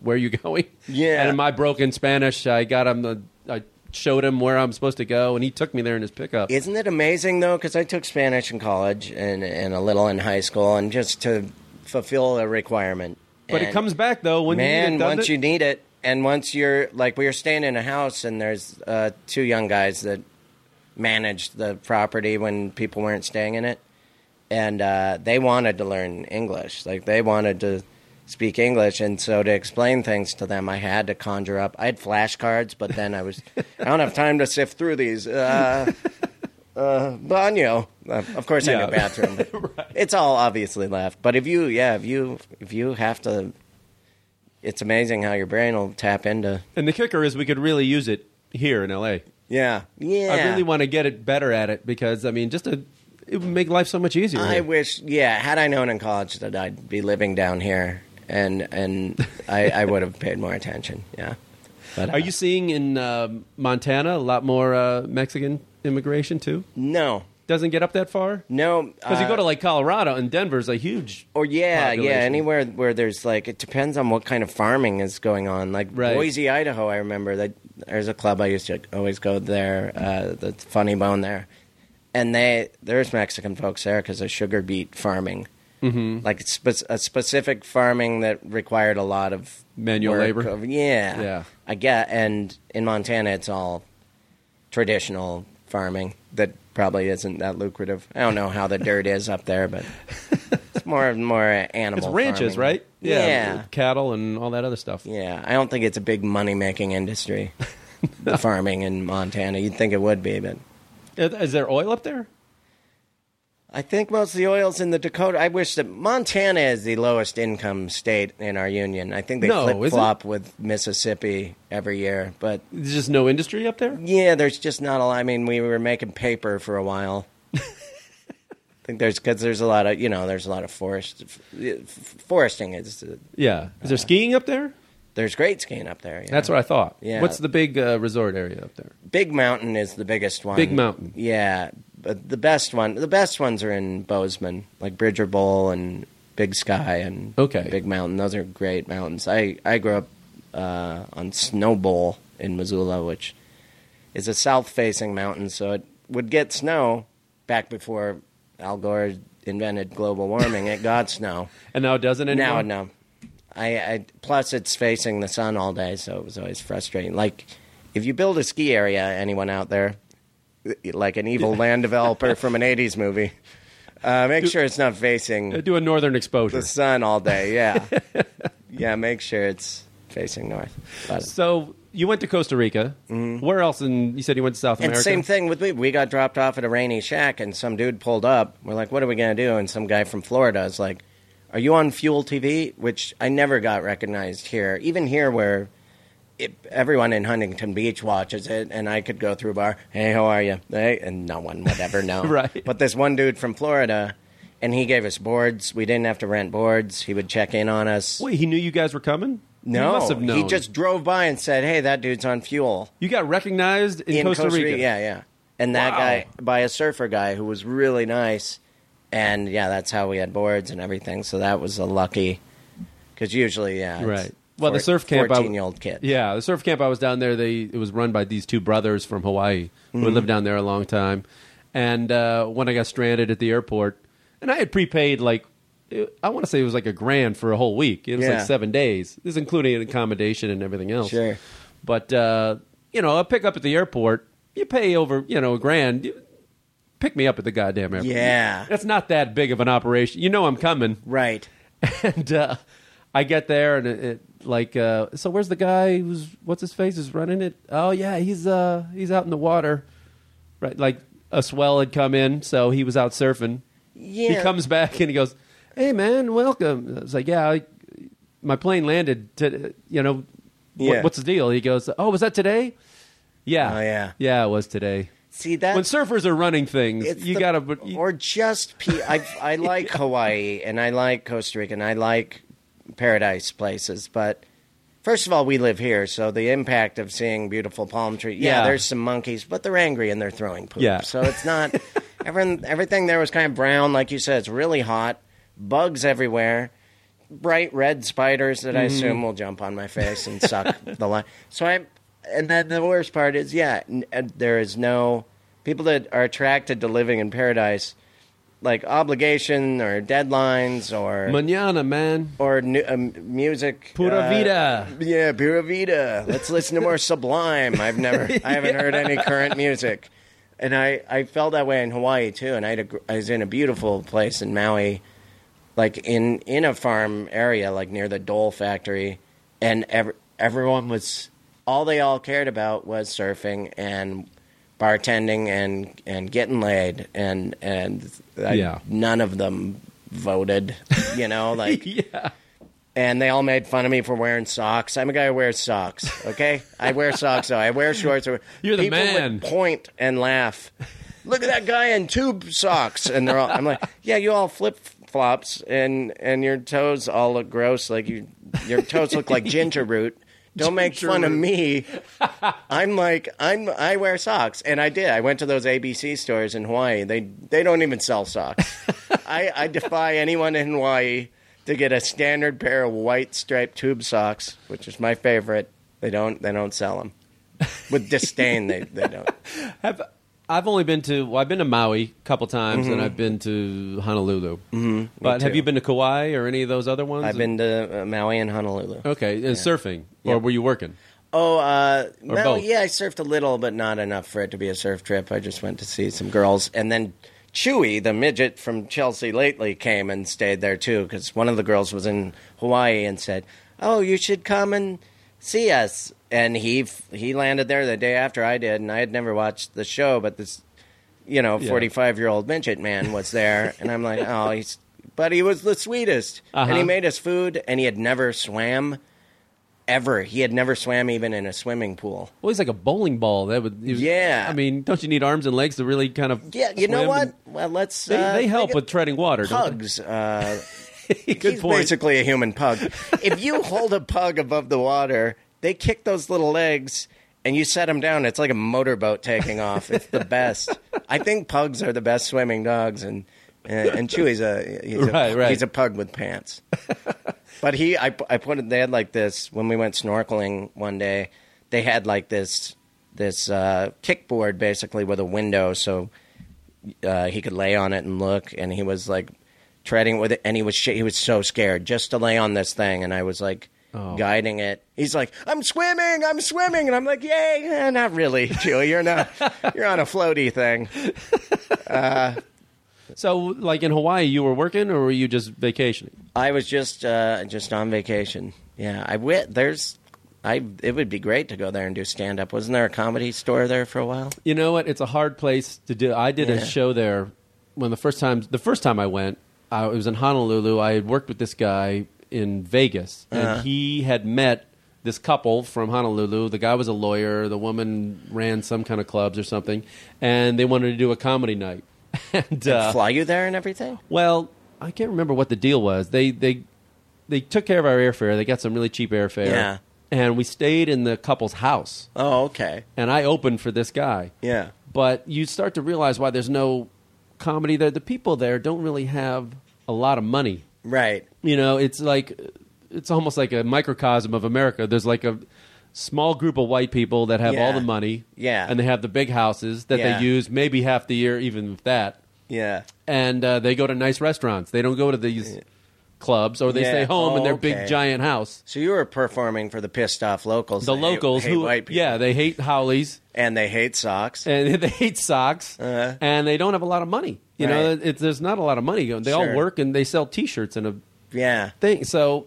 S3: "Where are you going?"
S2: Yeah.
S3: and in my broken Spanish, I got him. The, I showed him where I'm supposed to go, and he took me there in his pickup.
S2: Isn't it amazing though? Because I took Spanish in college and and a little in high school, and just to fulfill a requirement.
S3: but it
S2: And-
S3: comes back though when
S2: man
S3: you need it, doesn't
S2: once
S3: it?
S2: you need it and once you're like we were staying in a house and there's uh, two young guys that managed the property when people weren't staying in it and uh, they wanted to learn english like they wanted to speak english and so to explain things to them i had to conjure up i had flashcards but then i was i don't have time to sift through these uh, uh, baño Uh, of course i
S3: Yeah.
S2: knew bathroom it's all obviously left but if you yeah if you if you have to it's amazing how your brain will tap into.
S3: and the kicker is we could really use it here in L.A.
S2: Yeah, yeah.
S3: I really want to get it better at it because I mean, just a, it would make life so much easier.
S2: I
S3: here.
S2: wish. Yeah, had I known in college that I'd be living down here, and and I, I would have paid more attention. Yeah, But,
S3: Are
S2: uh,
S3: you seeing in uh, Montana a lot more uh, Mexican immigration too?
S2: No,
S3: Doesn't get up that far
S2: no.
S3: because you
S2: uh,
S3: go to like Colorado and Denver's a huge.
S2: Or yeah,
S3: population.
S2: yeah, anywhere where there's like it depends on what kind of farming is going on. Like
S3: Right.
S2: Boise, Idaho, I remember that there's a club I used to always go there, uh, the Funny Bone there, and they there's Mexican folks there because of sugar beet farming, mm-hmm. like spe- a specific farming that required a lot of
S3: Manual
S2: work
S3: labor?
S2: Of, yeah,
S3: Yeah.
S2: I get, and in Montana it's all traditional farming that probably isn't that lucrative. I don't know how the dirt is up there, but it's more and more animal.
S3: It's ranches,
S2: farming.
S3: right?
S2: Yeah.
S3: with cattle and all that other stuff.
S2: Yeah, I don't think it's a big money making industry. The farming in Montana, you'd think it would be, but
S3: Is is there oil up there?
S2: I think most of the oil's in the Dakota. I wish that Montana is the lowest income state in our union. I think they
S3: No, is it?
S2: flip flop with Mississippi every year, but
S3: There's just no industry up there.
S2: Yeah, there's just not a lot. I mean, we were making paper for a while. I think there's because there's a lot of you know there's a lot of forest f- f- foresting is uh,
S3: Yeah, is there skiing up there?
S2: there's great skiing up there. yeah.
S3: That's what I thought.
S2: Yeah.
S3: What's the big uh, resort area up there?
S2: Big Mountain is the biggest one.
S3: Big Mountain.
S2: Yeah, but the best one the best ones are in Bozeman, like Bridger Bowl and Big Sky and
S3: Okay.
S2: Big Mountain. Those are great mountains. I I grew up uh, on Snow Bowl in Missoula, which is a south facing mountain, so it would get snow back before Al Gore invented global warming. it got snow.
S3: And now it doesn't
S2: Now
S3: anymore.
S2: no. I, I plus it's facing the sun all day, so it was always frustrating. Like if you build a ski area, anyone out there, like an evil land developer from an '80s movie, uh, make sure it's not
S3: Uh,
S2: facing
S3: Do a northern exposure.
S2: the sun all day. Yeah, yeah. Make sure it's facing north. But,
S3: So you went to Costa Rica. Where else? And you said you went to South
S2: and
S3: America.
S2: Mm-hmm. same thing with me. We got dropped off at a rainy shack, and some dude pulled up. We're like, "What are we gonna do?" And some guy from Florida is like, "Are you on Fuel TV?" Which I never got recognized here, even here where it, everyone in Huntington Beach watches it, and I could go through a bar, "Hey, how are you?" Hey, and no one would ever know.
S3: Right.
S2: But this one dude from Florida, and he gave us boards. We didn't have to rent boards. He would check in on us.
S3: Wait, he knew you guys were coming.
S2: no,
S3: he must have known.
S2: he just drove by and said, "Hey, that dude's on Fuel."
S3: you got recognized in,
S2: in Costa, Rica. Yeah, yeah. And that
S3: Wow.
S2: guy by a surfer guy who was really nice. And yeah, that's how we had boards and everything. So that was a lucky because usually, yeah, it's
S3: Right. Well, the
S2: four-
S3: surf camp I-
S2: fourteen-year-old kid.
S3: Yeah, the surf camp I was down there. They it was run by these two brothers from Hawaii who
S2: Mm-hmm.
S3: had lived down there a long time. And uh, when I got stranded at the airport, and I had prepaid like it- I want to say it was like a grand for a whole week. It was
S2: Yeah.
S3: like seven days. This is including accommodation and everything else.
S2: Sure.
S3: But uh, you know, a pickup at the airport, you pay over you know a grand. You- Pick me up at the goddamn airport.
S2: Yeah.
S3: that's not that big of an operation. You know I'm coming
S2: Right.
S3: and uh, I get there and it, it like uh, so where's the guy who's what's his face is running it? Oh yeah, he's uh he's out in the water, right? Like a swell had come in, so he was out surfing.
S2: Yeah.
S3: He comes back and he goes, "Hey man, welcome." I was like, "Yeah, I, my plane landed. To, you know, what-
S2: Yeah.
S3: what's the deal?" He goes, "Oh, was that today?" Yeah,
S2: Oh, yeah.
S3: yeah, it was today.
S2: See that
S3: when surfers are running things,
S2: it's
S3: you
S2: the-
S3: gotta. but you-
S2: or just P- I I like Hawaii and I like Costa Rica and I like paradise places, but first of all, we live here, so the impact of seeing beautiful palm trees. Yeah,
S3: Yeah.
S2: there's some monkeys, but they're angry and they're throwing poop.
S3: Yeah.
S2: so it's not. Everyone, everything there was kind of brown, like you said. It's really hot, bugs everywhere. Bright red spiders that I assume will jump on my face and suck the line. So I, and then the worst part is, yeah, n- and there is no people that are attracted to living in paradise, like obligation or deadlines or
S3: Manana, man.
S2: or new, um, music.
S3: Pura
S2: uh,
S3: vida.
S2: Yeah, Pura Vida. Let's listen to more Sublime. I've never, I haven't heard any current music, and I, I felt that way in Hawaii too. And I, had a gr- I was in a beautiful place in Maui, like in in a farm area, like near the Dole factory, and ev- everyone was all they all cared about was surfing and bartending and and getting laid and and I,
S3: Yeah.
S2: none of them voted you know like
S3: Yeah.
S2: and they all made fun of me for wearing socks. I'm a guy who wears socks. Okay, I wear socks. Though. I wear shorts.
S3: You're the
S2: People
S3: man.
S2: Would point and laugh. Look at that guy in tube socks, and they're all. I'm like, yeah, you all flip flops, and and your toes all look gross. Like you, your toes look like ginger root. Don't make fun of me. I'm like I'm I wear socks, and I did. I went to those ABC stores in Hawaii. They they don't even sell socks. I, I defy anyone in Hawaii to get a standard pair of white striped tube socks, which is my favorite. They don't they don't sell them. With disdain, they they don't.
S3: Have I've only been to well, I've been to Maui a couple times, and I've been to Honolulu. Mm-hmm, but have
S2: Mm-hmm. too.
S3: you been to Kauai or any of those other ones?
S2: I've been to uh, Maui and Honolulu.
S3: okay. And surfing, or were you working?
S2: Oh, uh, well,
S3: both?
S2: yeah, I surfed a little, but not enough for it to be a surf trip. I just went to see some girls. And then Chewy, the midget from Chelsea lately, came and stayed there too, because one of the girls was in Hawaii and said, Oh, you should come and see us. And he f- he landed there the day after I did, and I had never watched the show, but this, you know, 45 year old midget man was there. and I'm like, Oh, he's, but he was the sweetest. And he
S3: Uh-huh.
S2: made us food, and he had never swam ever. He had never swam even in a swimming pool.
S3: Well, he's like a bowling ball. That would he was-
S2: Yeah.
S3: I mean, don't you need arms and legs to really kind of?
S2: Yeah, you know
S3: swim
S2: what?
S3: and-
S2: Well, let's.
S3: They,
S2: uh,
S3: they help
S2: think
S3: with treading water.
S2: of
S3: don't
S2: pugs. Uh,
S3: they? Good
S2: he's
S3: point.
S2: basically a human pug. if you hold a pug above the water, they kick those little legs, and you set them down. It's like a motorboat taking off. It's the best. I think pugs are the best swimming dogs, and and, and Chewy's a he's a,
S3: Right, right.
S2: he's a pug with pants. But he, I, I put it. They had like this when we went snorkeling one day. They had like this this uh, kickboard basically with a window, so uh, he could lay on it and look. And he was like treading with it, and he was sh- he was so scared just to lay on this thing. And I was like guiding it. He's like, "I'm swimming, I'm swimming," and I'm like, "Yay!" Eh, not really, Chewie. You're not. you're on a floaty thing.
S3: So, like in Hawaii, you were working or were you just vacationing?
S2: I was just uh, just on vacation. Yeah, I went. There's, I. It would be great to go there and do stand up. Wasn't there a comedy store there for a while?
S3: You know what? It's a hard place to do. I did
S2: Yeah.
S3: a show there when the first time the first time I went, I it was in Honolulu. I had worked with this guy in Vegas,
S2: Uh-huh.
S3: and he had met this couple from Honolulu. The guy was a lawyer. The woman ran some kind of clubs or something, and they wanted to do a comedy night. and uh,
S2: Fly you there and everything.
S3: Well, I can't remember what the deal was. They they they took care of our airfare. They got some really cheap airfare.
S2: Yeah.
S3: And we stayed in the couple's house,
S2: Oh, okay.
S3: and I opened for this guy.
S2: Yeah.
S3: But you start to realize why there's no comedy there. The people there don't really have a lot of money.
S2: Right.
S3: You know, it's like it's almost like a microcosm of America. There's like a small group of white people that have all
S2: Yeah.
S3: the money,
S2: Yeah.
S3: and they have the big houses that
S2: Yeah.
S3: they use maybe half the year, even with that
S2: Yeah.
S3: and uh, they go to nice restaurants. They don't go to these clubs, or they
S2: Yeah.
S3: stay home in
S2: Oh,
S3: their
S2: okay.
S3: big giant house.
S2: So you were performing for the pissed off locals.
S3: The
S2: They
S3: locals
S2: hate
S3: who,
S2: white people.
S3: yeah, they hate howleys
S2: and they hate socks.
S3: and they hate socks,
S2: Uh-huh.
S3: and they don't have a lot of money. You know,
S2: Right.
S3: it's, there's not a lot of money going. They
S2: Sure.
S3: all work and they sell T-shirts and a
S2: yeah.
S3: thing. So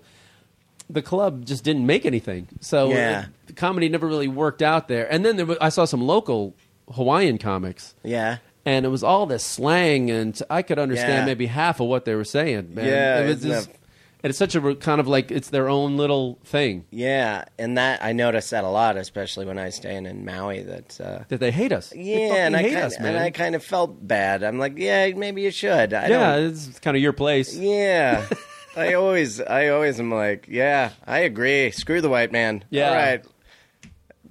S3: the club just didn't make anything. So
S2: Yeah.
S3: it- the comedy never really worked out there. And then there was, I saw some local Hawaiian comics.
S2: Yeah.
S3: And it was all this slang, and I could understand
S2: Yeah.
S3: maybe half of what they were saying. Man.
S2: Yeah,
S3: it was
S2: isn't
S3: just,
S2: that-
S3: and it's such a re- kind of like it's their own little thing
S2: Yeah. And that I noticed that a lot, especially when I was staying in Maui. That. Uh,
S3: that they hate us. They fucking
S2: yeah, and I,
S3: hate
S2: kind
S3: us, man.
S2: and I kind of felt bad. I'm like, yeah, maybe you should. I
S3: yeah,
S2: don't,
S3: it's kind of your place.
S2: Yeah. I always I always am like, yeah, I agree. Screw the white man.
S3: Yeah.
S2: All right.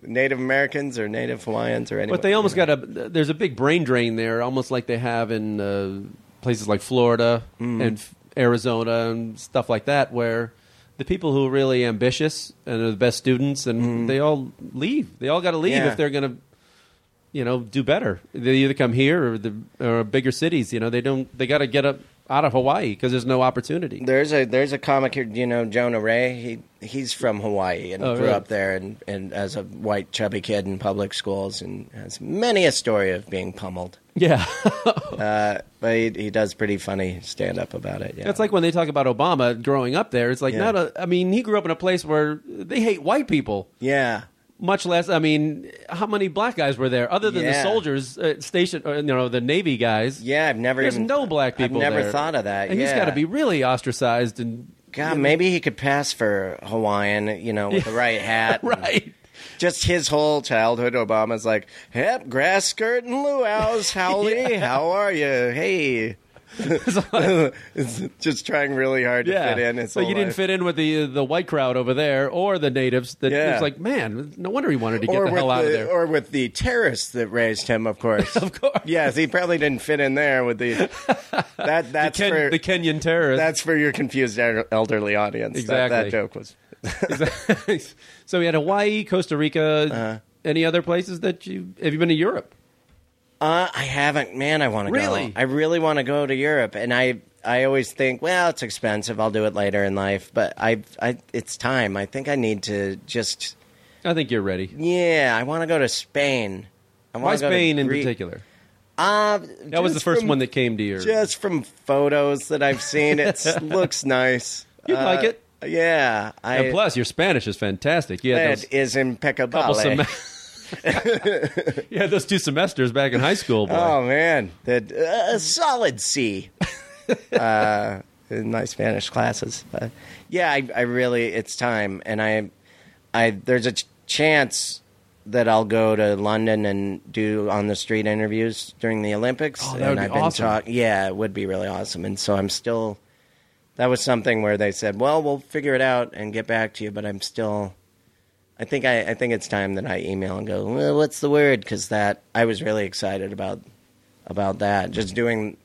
S2: Native Americans or Native Hawaiians or anyone.
S3: But they almost got a. There's a big brain drain there, almost like they have in uh, places like Florida
S2: Hmm.
S3: and F- Arizona and stuff like that, where the people who are really ambitious and are the best students, and they all leave. They all got to leave
S2: Hmm. Yeah.
S3: if they're going to, you know, do better. They either come here or the or bigger cities. You know, they don't. They got to get up out of Hawaii because there's no opportunity.
S2: there's a there's a comic here, do you know, Jonah Ray. He he's from Hawaii and
S3: Oh,
S2: grew
S3: really?
S2: up there and, and as a white chubby kid in public schools and has many a story of being pummeled.
S3: Yeah. Oh.
S2: Uh, but he, he does pretty funny stand up about it. Yeah.
S3: That's like when they talk about Obama growing up there. It's like
S2: Yeah.
S3: not a. I mean, he grew up in a place where they hate white people.
S2: Yeah.
S3: much less i mean how many black guys were there other than
S2: Yeah.
S3: the soldiers uh, stationed or, you know the navy guys
S2: Yeah, I've never
S3: there's
S2: even
S3: no black people
S2: I've never
S3: there.
S2: thought of that.
S3: and he's
S2: yeah.
S3: got to be really ostracized and
S2: God, maybe he could pass for Hawaiian, you know, with the right hat. and-
S3: right
S2: just his whole childhood obama's like yep grass skirt and luau's howley how are you hey It's just trying really hard to
S3: yeah,
S2: fit in. It's
S3: but you didn't fit in with the the white crowd over there or the natives. That
S2: Yeah.
S3: it's like, man, no wonder he wanted to get
S2: Or
S3: the
S2: with
S3: hell out of
S2: the,
S3: there.
S2: or with the terrorists that raised him, of course.
S3: of course,
S2: yes, he probably didn't fit in there with the that. That's
S3: Ken-
S2: for
S3: the Kenyan terrorists.
S2: that's for your confused el- elderly audience. That- That,
S3: Exactly.
S2: joke was.
S3: so we had Hawaii, Costa
S2: Uh-huh.
S3: Rica. any other places that you have you been to Europe?
S2: Uh, I haven't, man. I want to
S3: Really?
S2: go. I really want to go to Europe, and I I always think, well, it's expensive. I'll do it later in life, but I I it's time. I think I need to just
S3: I think you're ready.
S2: yeah. I want to go to Spain. I
S3: Why
S2: want to go to
S3: Spain in
S2: Gre-
S3: particular?
S2: Uh,
S3: That was the first
S2: one
S3: one that came to your.
S2: just from photos that I've seen, it looks nice. Uh,
S3: You'd like it.
S2: Yeah, I,
S3: and plus, your Spanish is fantastic. You had
S2: that
S3: those,
S2: is impeccable.
S3: couple sem- you had those two semesters back in high school. Boy.
S2: Oh man, that uh, solid C. uh, in my Spanish classes, but yeah, I, I really it's time, and I, I there's a ch- chance that I'll go to London and do on the street interviews during the Olympics.
S3: Oh, that
S2: and
S3: would be
S2: I've been
S3: awesome.
S2: talk- yeah, it would be really awesome, and so I'm still. That was something where they said, "Well, we'll figure it out and get back to you," but I'm still. I think I, I think it's time that I email and go. Well, what's the word? Because that I was really excited about about that. Just doing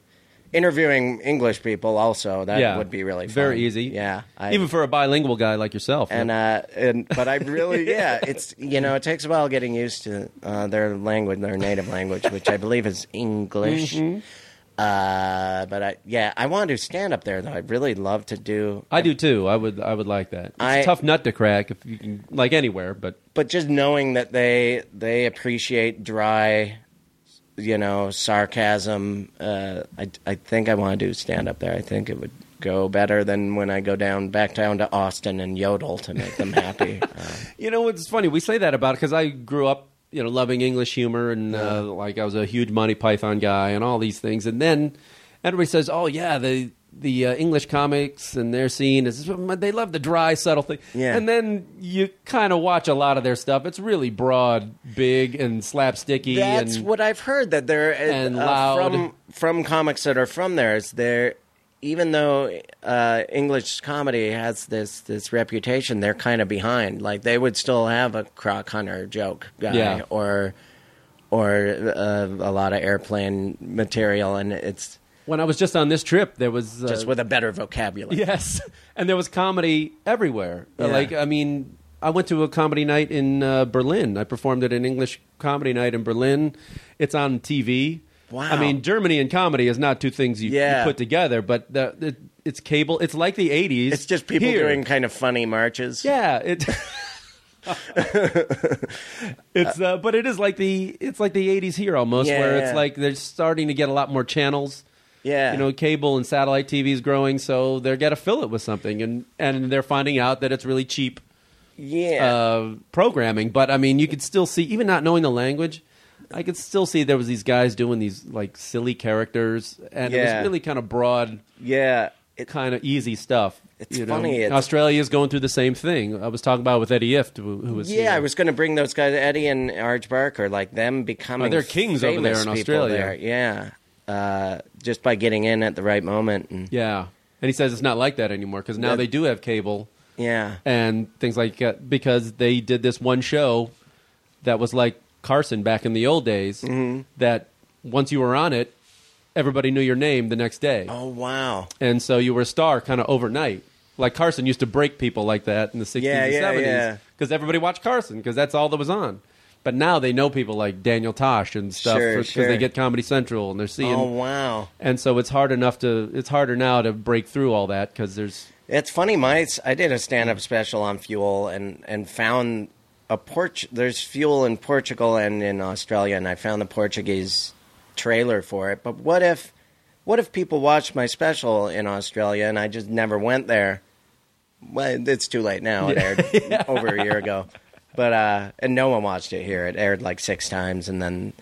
S2: interviewing English people also that
S3: yeah,
S2: would be really fun.
S3: very easy.
S2: Yeah, I,
S3: even for a bilingual guy like yourself.
S2: and uh and but I really yeah it's you know it takes a while getting used to uh, their language their native language which I believe is English.
S3: Mm-hmm.
S2: Uh, but I yeah I want to stand up there though I'd really love to do
S3: I do too. I would. I would like that. It's
S2: uh, I-
S3: a tough nut to crack if you can, like anywhere, but
S2: but just knowing that they they appreciate dry you know sarcasm uh i i think i want to do stand up there i think it would go better than when i go down back down to austin and yodel to make them happy uh,
S3: You know, it's funny. We say that about because I grew up, you know, loving English humor and uh, like I was a huge Monty Python guy and all these things. And then everybody says, "Oh yeah, the the uh, English comics and their scene is they love the dry, subtle thing."
S2: Yeah.
S3: And then you kind of watch a lot of their stuff. It's really broad, big, and slapsticky.
S2: that's
S3: and,
S2: what i've heard that they're
S3: and
S2: uh,
S3: loud.
S2: from from comics that are from there is they're even though uh, English comedy has this this reputation, they're kind of behind. Like they would still have a croc hunter joke guy
S3: Yeah.
S2: or or uh, a lot of airplane material, and it's
S3: when I was just on this trip, there was uh,
S2: just with a better vocabulary.
S3: Yes, and there was comedy everywhere. Uh,
S2: Yeah.
S3: Like I mean, I went to a comedy night in uh, Berlin. I performed at an English comedy night in Berlin. It's on TV.
S2: Wow.
S3: I mean, Germany and comedy is not two things you, you
S2: Yeah.
S3: put together, but the, the, it's cable. It's like the '80s.
S2: It's just people
S3: here.
S2: doing kind of funny marches.
S3: Yeah, it. it's uh, but it is like the it's like the 80s here almost
S2: Yeah,
S3: where
S2: yeah.
S3: it's like they're starting to get a lot more channels
S2: Yeah.
S3: you know cable and satellite tv is growing so they're got to fill it with something and and they're finding out that it's really cheap
S2: yeah.
S3: uh, programming but i mean you could still see even not knowing the language i could still see there was these guys doing these like silly characters and it
S2: Yeah.
S3: was really kind of broad
S2: yeah. It,
S3: kind of easy stuff
S2: It's
S3: you know?
S2: funny, it's-
S3: australia is going through the same thing i was talking about with eddie ift who, who was
S2: yeah,
S3: here.
S2: I was going to bring those guys, Eddie and Arch Barker, like them becoming
S3: Oh, they're kings over
S2: famous
S3: there in
S2: people
S3: Australia.
S2: there. Yeah, uh, just by getting in at the right moment. And,
S3: yeah and he says it's not like that anymore because now
S2: That-
S3: they do have cable
S2: yeah,
S3: and things like uh, because they did this one show that was like Carson back in the old days
S2: Mm-hmm.
S3: that once you were on it everybody knew your name the next day
S2: Oh wow.
S3: and so you were a star kind of overnight like Carson used to break people like that in the 60s
S2: Yeah,
S3: and
S2: yeah,
S3: 70s
S2: yeah.
S3: cuz everybody watched Carson cuz that's all that was on but now they know people like Daniel Tosh and stuff
S2: Sure,
S3: because
S2: sure.
S3: they get Comedy Central and they're seeing
S2: Oh wow.
S3: and so it's hard enough to it's harder now to break through all that cuz there's
S2: It's funny, my I did a stand-up special on fuel and and found a port. There's fuel in Portugal and in Australia, and I found the Portuguese trailer for it. But what if, what if people watched my special in Australia and I just never went there? Well, it's too late now. It aired over a year ago, but uh, and no one watched it here. It aired like six times, and then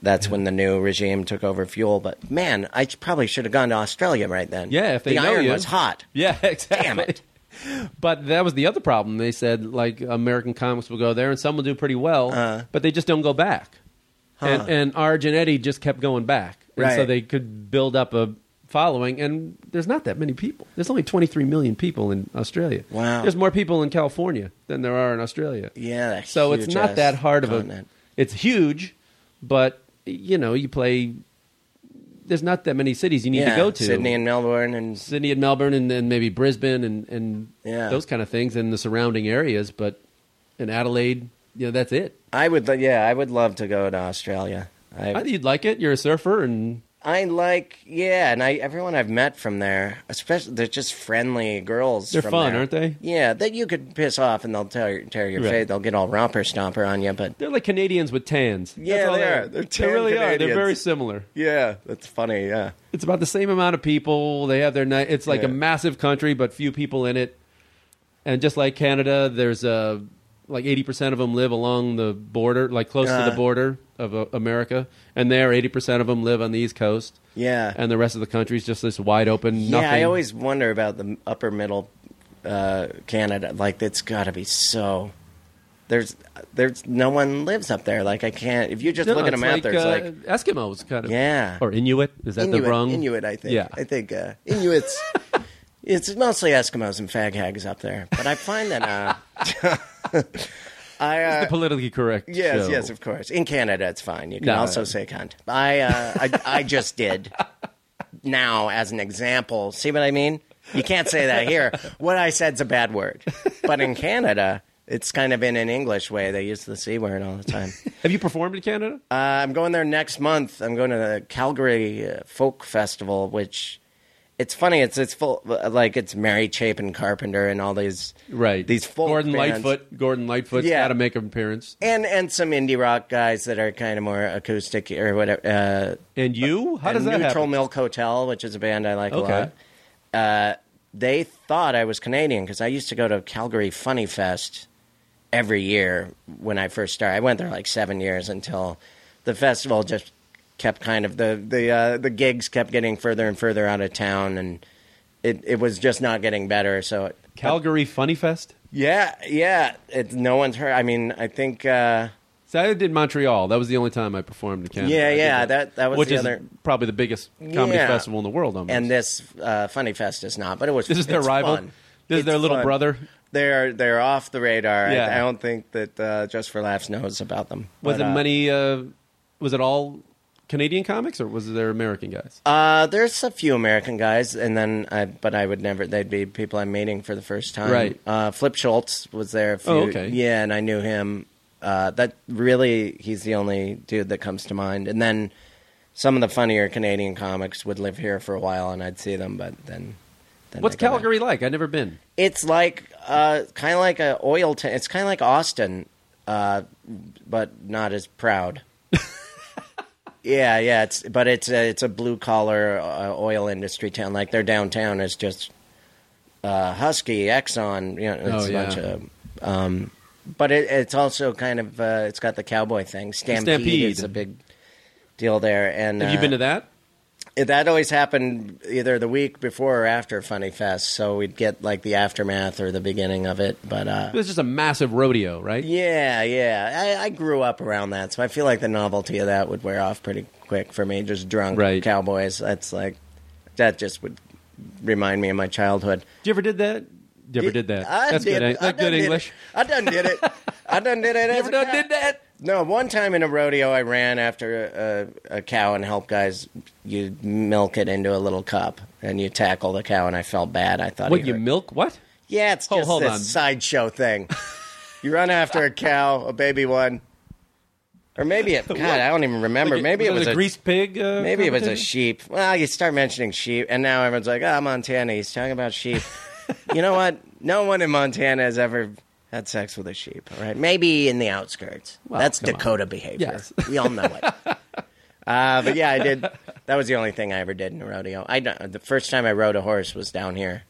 S2: that's when the new regime took over fuel. But man, I probably should have gone to Australia right then.
S3: Yeah, if they
S2: the
S3: know
S2: iron
S3: you.
S2: was hot.
S3: Yeah, exactly.
S2: Damn it.
S3: But that was the other problem. They said like American comics will go there and some will do pretty well,
S2: Uh.
S3: but they just don't go back. And, and Arj and Eddie just kept going back, and
S2: Right.
S3: so they could build up a following, and there's not that many people. There's only 23 million people in Australia.
S2: Wow.
S3: There's more people in California than there are in Australia.
S2: Yeah, that's
S3: So it's
S2: huge
S3: not
S2: ass
S3: that hard of
S2: continent.
S3: a. It's huge, but you know you play. There's not that many cities you need
S2: yeah,
S3: to go to.
S2: Sydney and Melbourne and
S3: Sydney and Melbourne, and then maybe Brisbane and and
S2: Yeah.
S3: those kind of things, and the surrounding areas. But in Adelaide, you know that's it.
S2: I would lo- yeah I would love to go to Australia. I
S3: I think you'd like it. You're a surfer, and
S2: I like yeah, and I everyone I've met from there, especially they're just friendly girls.
S3: They're
S2: from
S3: fun,
S2: there.
S3: aren't they?
S2: Yeah, that you could piss off and they'll tear tear your
S3: Right.
S2: face. They'll get all romper stomper on you, but
S3: they're like Canadians with tans.
S2: Yeah,
S3: That's all
S2: they are. They're tan
S3: they really are. They're
S2: Canadians.
S3: very similar.
S2: yeah, that's funny. Yeah,
S3: It's about the same amount of people. They have their night. It's like
S2: Yeah.
S3: a massive country, but few people in it. And just like Canada, there's uh like eighty percent of them live along the border, like close to
S2: Uh.
S3: the border of uh, America, and there eighty percent of them live on the East Coast.
S2: yeah,
S3: and the rest of the country is just this wide open.
S2: yeah.
S3: nothing.
S2: I always wonder about the upper middle uh, Canada. Like it's got to be so. There's there's no one lives up there. Like I can't. If you just
S3: No,
S2: look at a
S3: it's
S2: map,
S3: like,
S2: there's
S3: uh,
S2: like
S3: Eskimos kind of
S2: Yeah.
S3: or Inuit. Is that
S2: Inuit,
S3: the wrong
S2: Inuit, I think.
S3: Yeah,
S2: I think uh, Inuits. it's mostly Eskimos and fag hags up there, but I find that. Uh, I uh,
S3: politically correct.
S2: yes,
S3: show.
S2: yes, of course. In Canada, it's fine. You can
S3: No,
S2: also
S3: no.
S2: say cunt. I, uh, I I just did. Now, as an example, see what I mean? You can't say that here. What I said's a bad word, but in Canada, it's kind of in an English way. They use the c word all the time.
S3: Have you performed in Canada?
S2: Uh, I'm going there next month. I'm going to the Calgary uh, Folk Festival, which it's funny. It's it's full like it's Mary Chapin Carpenter and all these
S3: right,
S2: these folk
S3: Gordon
S2: bands.
S3: Lightfoot. Gordon Lightfoot's
S2: Yeah.
S3: got to make an appearance.
S2: and and some indie rock guys that are kind of more acoustic or whatever. Uh,
S3: And you? How does
S2: and
S3: that
S2: Neutral
S3: happen?
S2: Milk Hotel, which is a band I like
S3: Okay.
S2: a lot. Uh, they thought I was Canadian because I used to go to Calgary Funny Fest every year when I first started. I went there like seven years until the festival just kept kind of the the uh, the gigs kept getting further and further out of town, and it it was just not getting better. So it,
S3: Calgary Funny Fest.
S2: yeah, yeah, it, no one's heard. I mean, I think. Uh,
S3: So I did Montreal. That was the only time I performed in Canada.
S2: Yeah,
S3: I did
S2: yeah, that- that was
S3: which
S2: the
S3: is
S2: other-
S3: probably the biggest comedy
S2: Yeah.
S3: festival in the world. Almost.
S2: and this uh, Funny Fest is not. But it was.
S3: This is their
S2: it's
S3: rival?
S2: fun.
S3: This is
S2: It's
S3: their little
S2: fun.
S3: brother?
S2: They're they're off the radar. I-
S3: Yeah.
S2: I, don't think that uh, Just for Laughs knows about them.
S3: was
S2: But,
S3: it
S2: uh,
S3: many? Uh, was it all Canadian comics or was there American guys?
S2: Uh, there's a few American guys, and then I, but I would never. They'd be people I'm meeting for the first time.
S3: Right.
S2: Uh, Flip Schultz was there. A few,
S3: Oh, okay.
S2: Yeah, and I knew him. Uh, that really, he's the only dude that comes to mind. And then some of the funnier Canadian comics would live here for a while, and I'd see them. But then, then
S3: What's
S2: they go back.
S3: Calgary like? I've never been.
S2: it's like uh, kind of like a oil. ta- it's kind of like Austin, uh, but not as proud. yeah, yeah. It's but it's a, it's a blue collar uh, oil industry town. Like their downtown is just uh, Husky, Exxon. You know, it's
S3: Oh,
S2: a
S3: yeah.
S2: bunch of. Um, but it, it's also kind of uh, it's got the cowboy thing. Stampede,
S3: Stampede.
S2: is a big deal there. And
S3: Have you been
S2: uh,
S3: to that?
S2: it- that always happened either the week before or after Funny Fest, so we'd get like the aftermath or the beginning of it. But uh,
S3: It was just a massive rodeo, right?
S2: yeah, yeah, I, I grew up around that, so I feel like the novelty of that would wear off pretty quick for me. Just drunk
S3: Right.
S2: cowboys. That's like that just would remind me of my childhood.
S3: Did you ever did that? You ever did that?
S2: I
S3: That's
S2: did,
S3: good.
S2: I
S3: That's
S2: done
S3: good
S2: did it.
S3: English.
S2: I done did it. I done did it.
S3: You
S2: as
S3: ever
S2: a
S3: done
S2: cow.
S3: did that?
S2: No, one time in a rodeo, I ran after a, a cow and helped guys. You milk it into a little cup, and you tackle the cow, and I felt bad. I thought,
S3: What
S2: he
S3: you
S2: hurt-
S3: milk? What?
S2: Yeah, it's
S3: Oh,
S2: just
S3: hold
S2: this
S3: on.
S2: sideshow thing. you run after a cow, a baby one, or maybe it. God, I don't even remember. maybe it was
S3: a
S2: a
S3: greased pig. Uh,
S2: maybe it was a
S3: competition?
S2: sheep. Well, you start mentioning sheep, and now everyone's like, "Ah, Montana, he's talking about sheep." you know what? No one in Montana has ever had sex with a sheep. All right, maybe in the outskirts.
S3: Well,
S2: That's
S3: come on.
S2: Dakota behavior.
S3: Yes.
S2: we all know it. Uh, but yeah, I did. That was the only thing I ever did in a rodeo. I don't- the first time I rode a horse was down here.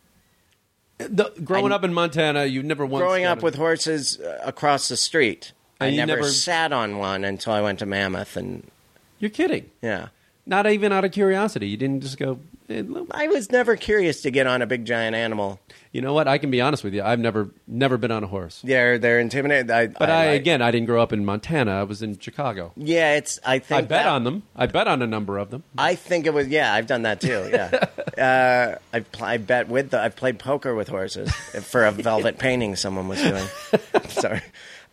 S3: The- growing
S2: I-
S3: up in Montana, you never once
S2: Growing up
S3: got a-
S2: with horses uh, across the street,
S3: And
S2: I
S3: you
S2: never,
S3: never-
S2: sat on one until I went to Mammoth, and
S3: You're kidding.
S2: yeah,
S3: Not even out of curiosity. You didn't just go. eh, look,
S2: I was never curious to get on a big giant animal.
S3: You know what? I can be honest with you. I've never never been on a horse.
S2: They're they're intimidated. I,
S3: But I,
S2: like-
S3: again, I didn't grow up in Montana. I was in Chicago.
S2: yeah, it's I think
S3: I bet
S2: that-
S3: on them. I bet on a number of them.
S2: I think it was yeah. I've done that too. Yeah, uh, I pl- I bet with the I've played poker with horses for a velvet painting someone was doing. Sorry,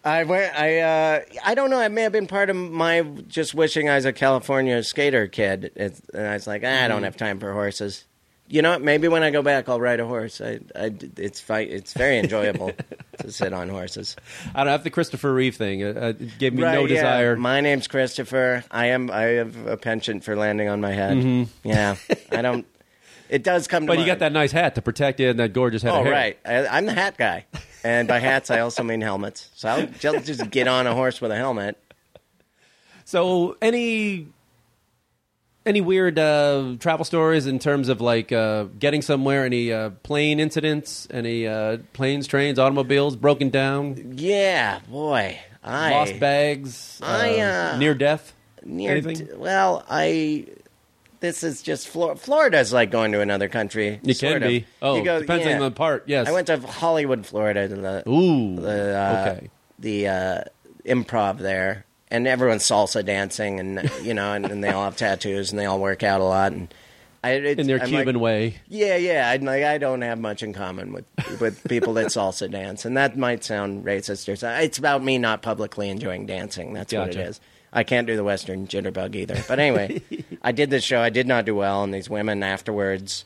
S2: I went. I uh, I don't know. It may have been part of my just wishing I was a California skater kid, It's and I was like, "Ah, I
S3: Mm.
S2: don't have time for horses. You know, what? maybe when I go back, I'll ride a horse. I, I it's fi- it's very enjoyable to sit on horses.
S3: I don't have the Christopher Reeve thing. It, uh, it gave me no
S2: yeah.
S3: desire.
S2: My name's Christopher. I am. I have a penchant for landing on my head. Yeah, I don't. It does come. To
S3: Mm-hmm. but
S2: mind.
S3: you got that nice hat to protect you and that gorgeous head.
S2: Oh
S3: of hair.
S2: right, I, I'm the hat guy, and by hats I also mean helmets. So I'll just, just get on a horse with a helmet.
S3: So any any weird uh, travel stories in terms of like uh, getting somewhere? Any uh, plane incidents? Any uh, planes, trains, automobiles broken down,
S2: Yeah, boy. I
S3: lost bags,
S2: I, uh,
S3: near death?
S2: near
S3: anything?
S2: t- well, I. This is just Flor- Florida's like going to another country.
S3: it can
S2: sort of.
S3: be. Oh,
S2: You go-
S3: depends
S2: yeah.
S3: on the part. Yes.
S2: I went to Hollywood, Florida. To the,
S3: Ooh.
S2: the uh,
S3: okay.
S2: the uh, improv there, and everyone's salsa dancing, and you know, and, and they all have tattoos, and they all work out a lot, and I, it's,
S3: In their
S2: I'm
S3: Cuban
S2: like,
S3: way.
S2: yeah, yeah, I'm like I don't have much in common with with people that salsa dance, and that might sound racist or something. It's about me not publicly enjoying dancing. That's what it
S3: Gotcha.
S2: is. I can't do the Western jitterbug either. But anyway, I did this show. I did not do well, and these women afterwards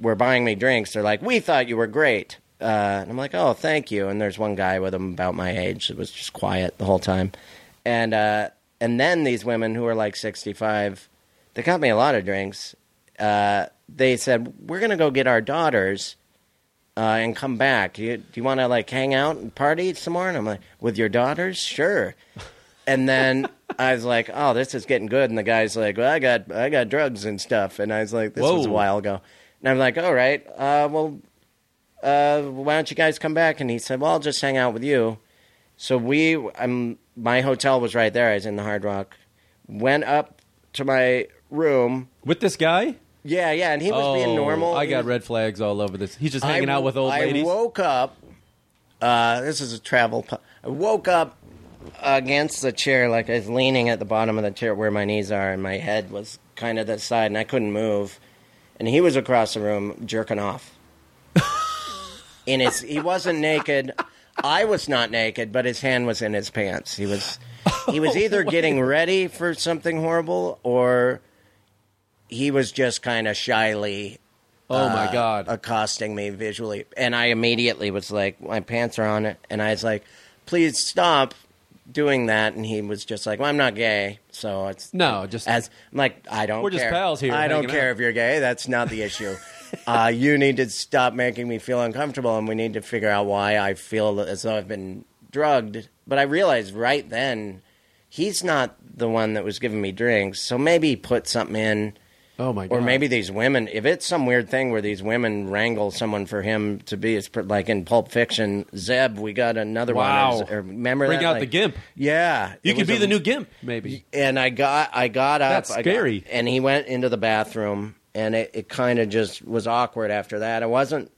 S2: were buying me drinks. They're like, "We thought you were great," uh, and I'm like, "Oh, thank you." And there's one guy with them about my age that was just quiet the whole time, and uh, and then these women who are like 65, they got me a lot of drinks. Uh, they said, "We're gonna go get our daughters." uh, and come back. You, do you want to like hang out and party some more? And I'm like, with your daughters, sure. And then I was like, oh, this is getting good. And the guy's like, well, I got I got drugs and stuff. And I was like, this was a
S3: Whoa.
S2: while ago. And I'm like, all right, uh, well, uh, why don't you guys come back? And he said, well, I'll just hang out with you. So we, I'm, my hotel was right there. I was in the Hard Rock. Went up to my room.
S3: With this guy?
S2: Yeah, yeah. And he was
S3: oh,
S2: being normal.
S3: I
S2: He was-
S3: got red flags all over this. He's just
S2: I
S3: hanging out
S2: wo-
S3: with old
S2: I
S3: ladies.
S2: woke up. Uh, this is a travel. Po- I woke up against the chair, like I was leaning at the bottom of the chair where my knees are, and my head was kind of that side, and I couldn't move. And he was across the room jerking off. in his, he wasn't naked. I was not naked, but his hand was in his pants. He was, he
S3: Oh,
S2: was either getting ready for something horrible or he was just kind of shyly
S3: oh my god.
S2: accosting me visually. And I immediately was like, my pants are on it. And I was like, please stop doing that. And he was just like, well, I'm not gay. So it's.
S3: no, just
S2: As I'm like, I don't.
S3: We're just
S2: care.
S3: pals here,
S2: I don't
S3: hanging
S2: care
S3: out."
S2: if you're gay. That's not the issue. uh, you need to stop making me feel uncomfortable, and we need to figure out why I feel as though I've been drugged. But I realized right then, he's not the one that was giving me drinks. So maybe put something in.
S3: oh my god.
S2: Or maybe these women, if it's some weird thing where these women wrangle someone for him to be, it's pr- like in Pulp Fiction, Zeb, we got another
S3: Wow.
S2: one. Or, or remember
S3: Bring
S2: that?
S3: out
S2: Like,
S3: the gimp.
S2: Yeah.
S3: You
S2: It was
S3: could be
S2: a-
S3: the new gimp, maybe.
S2: And I got, I got up.
S3: That's
S2: I got-
S3: scary.
S2: and he went into the bathroom, and it, it kind of just was awkward after that. I wasn't,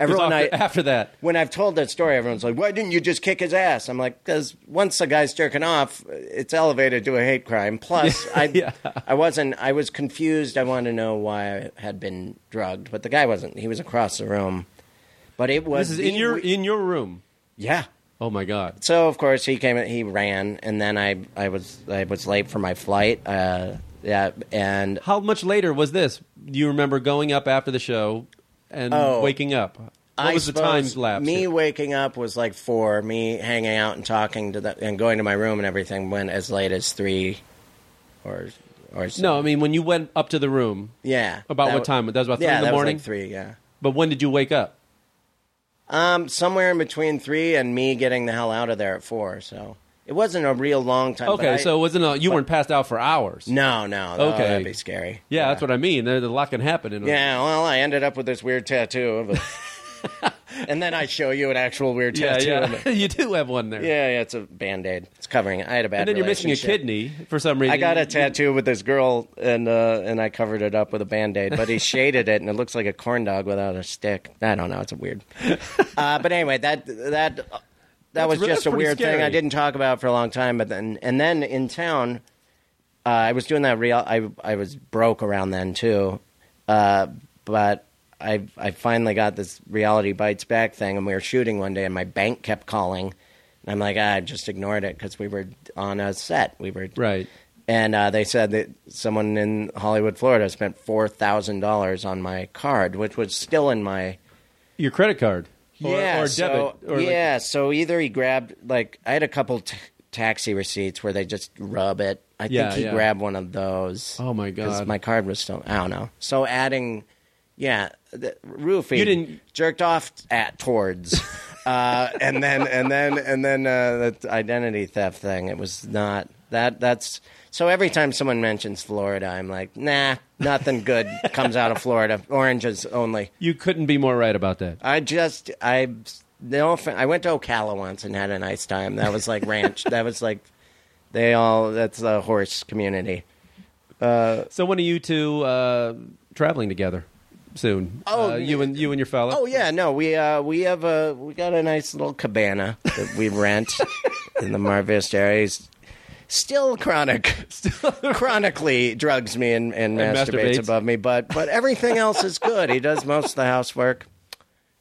S2: everyone,
S3: after,
S2: I,
S3: after that.
S2: when I've told that story, everyone's like, why didn't you just kick his ass? I'm like, because once a guy's jerking off, it's elevated to a hate crime. Plus, I,
S3: Yeah.
S2: I wasn't, I was confused. I wanted to know why I had been drugged, but the guy wasn't. He was across the room. But it was.
S3: This is in
S2: the
S3: your e-,
S2: we-
S3: in your room.
S2: yeah.
S3: Oh my god.
S2: So of course he came. He ran, and then I, I was, I was late for my flight. Uh, yeah, and
S3: How much later was this? Do you remember going up after the show and
S2: Oh.
S3: waking up? What
S2: I
S3: was the time
S2: suppose
S3: lapse?
S2: Me
S3: here?
S2: waking up was like four. Me hanging out and talking to the and going to my room and everything went as late as three, or or so.
S3: No, I mean when you went up to the room.
S2: Yeah.
S3: About what
S2: wa-
S3: time? That was about three
S2: yeah,
S3: in the
S2: that was, like,
S3: morning?
S2: three. Yeah.
S3: But when did you wake up?
S2: Um, somewhere in between three and me getting the hell out of there at four. So it wasn't a real long time. but
S3: Okay,
S2: I-
S3: so it wasn't a, you weren't passed out for hours.
S2: no, no.
S3: Okay.
S2: Okay. That'd be scary.
S3: Yeah, that's what I mean. There- A lot can happen. In a,
S2: Yeah. Well, I ended up with this weird tattoo of a and then I show you an actual weird
S3: yeah,
S2: tattoo.
S3: yeah. you do have one there.
S2: Yeah, yeah, it's a band aid. It's covering. it. I had a bad.
S3: And then you're missing a
S2: relationship.
S3: kidney for some reason.
S2: I got a tattoo with this girl, and uh, and I covered it up with a band aid. But he shaded it, and it looks like a corn dog without a stick. I don't know. It's weird. Uh, but anyway, that that that was
S3: really-
S2: just a
S3: that's pretty
S2: weird
S3: scary.
S2: thing. I didn't talk about it for a long time. But then and then in town, uh, I was doing that real. I I was broke around then too, uh, but. I I finally got this reality bites back thing, and we were shooting one day, and my bank kept calling, and I'm like, ah, I just ignored it because we were on a set, we were
S3: Right.
S2: and uh, they said that someone in Hollywood, Florida, spent four thousand dollars on my card, which was still in my
S3: Your credit card. Or,
S2: yeah,
S3: or debit.
S2: so-
S3: or like-
S2: yeah, so either he grabbed like I had a couple t- taxi receipts where they just rub it. I
S3: Yeah,
S2: think he
S3: yeah.
S2: grabbed one of those.
S3: Oh, my
S2: 'cause
S3: God.
S2: my card was still. I don't know. So adding, yeah, the, roofing.
S3: You didn't-
S2: jerked off at towards. Uh, and then and then and then uh, that identity theft thing. It was not that. That's so. Every time someone mentions Florida, I'm like, nah, nothing good comes out of Florida. Oranges only.
S3: You couldn't be more right about that.
S2: I just I no offen- I went to Ocala once and had a nice time. That was like ranch. that was like they all that's a horse community.
S3: So when are you two uh, traveling together soon?
S2: Oh,
S3: Uh, you and you and your fella.
S2: Oh yeah, no, we uh we have a we got a nice little cabana that we rent in the Mar Vista area. He's still chronic chronically drugs me and, and,
S3: And
S2: masturbates,
S3: masturbates.
S2: above me, but but everything else is good. He does most of the housework.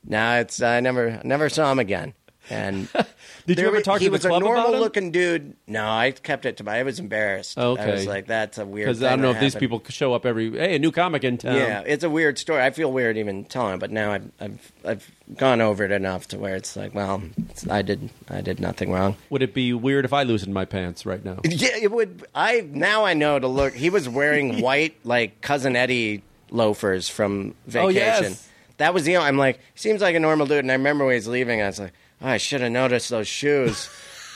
S2: Now it's I never never saw him again. And
S3: Did you
S2: There
S3: ever
S2: was-
S3: talk
S2: he
S3: to the
S2: was
S3: club
S2: a normal
S3: about him?
S2: looking dude. No, I kept it to my. I was embarrassed.
S3: Okay.
S2: I was like, that's a weird.
S3: Because
S2: Because
S3: I don't know if these people show up every. Hey, a new comic in town.
S2: yeah, it's a weird story. I feel weird even telling it, but now I've I've I've gone over it enough to where it's like, well, it's- I did I did nothing wrong.
S3: Would it be weird if I loosened my pants right now?
S2: Yeah, it would. I now I know to look. He was wearing white like cousin Eddie loafers from vacation.
S3: Oh, yes.
S2: That was the. I'm like, seems like a normal dude. And I remember when he was leaving, I was like, oh, I should have noticed those shoes.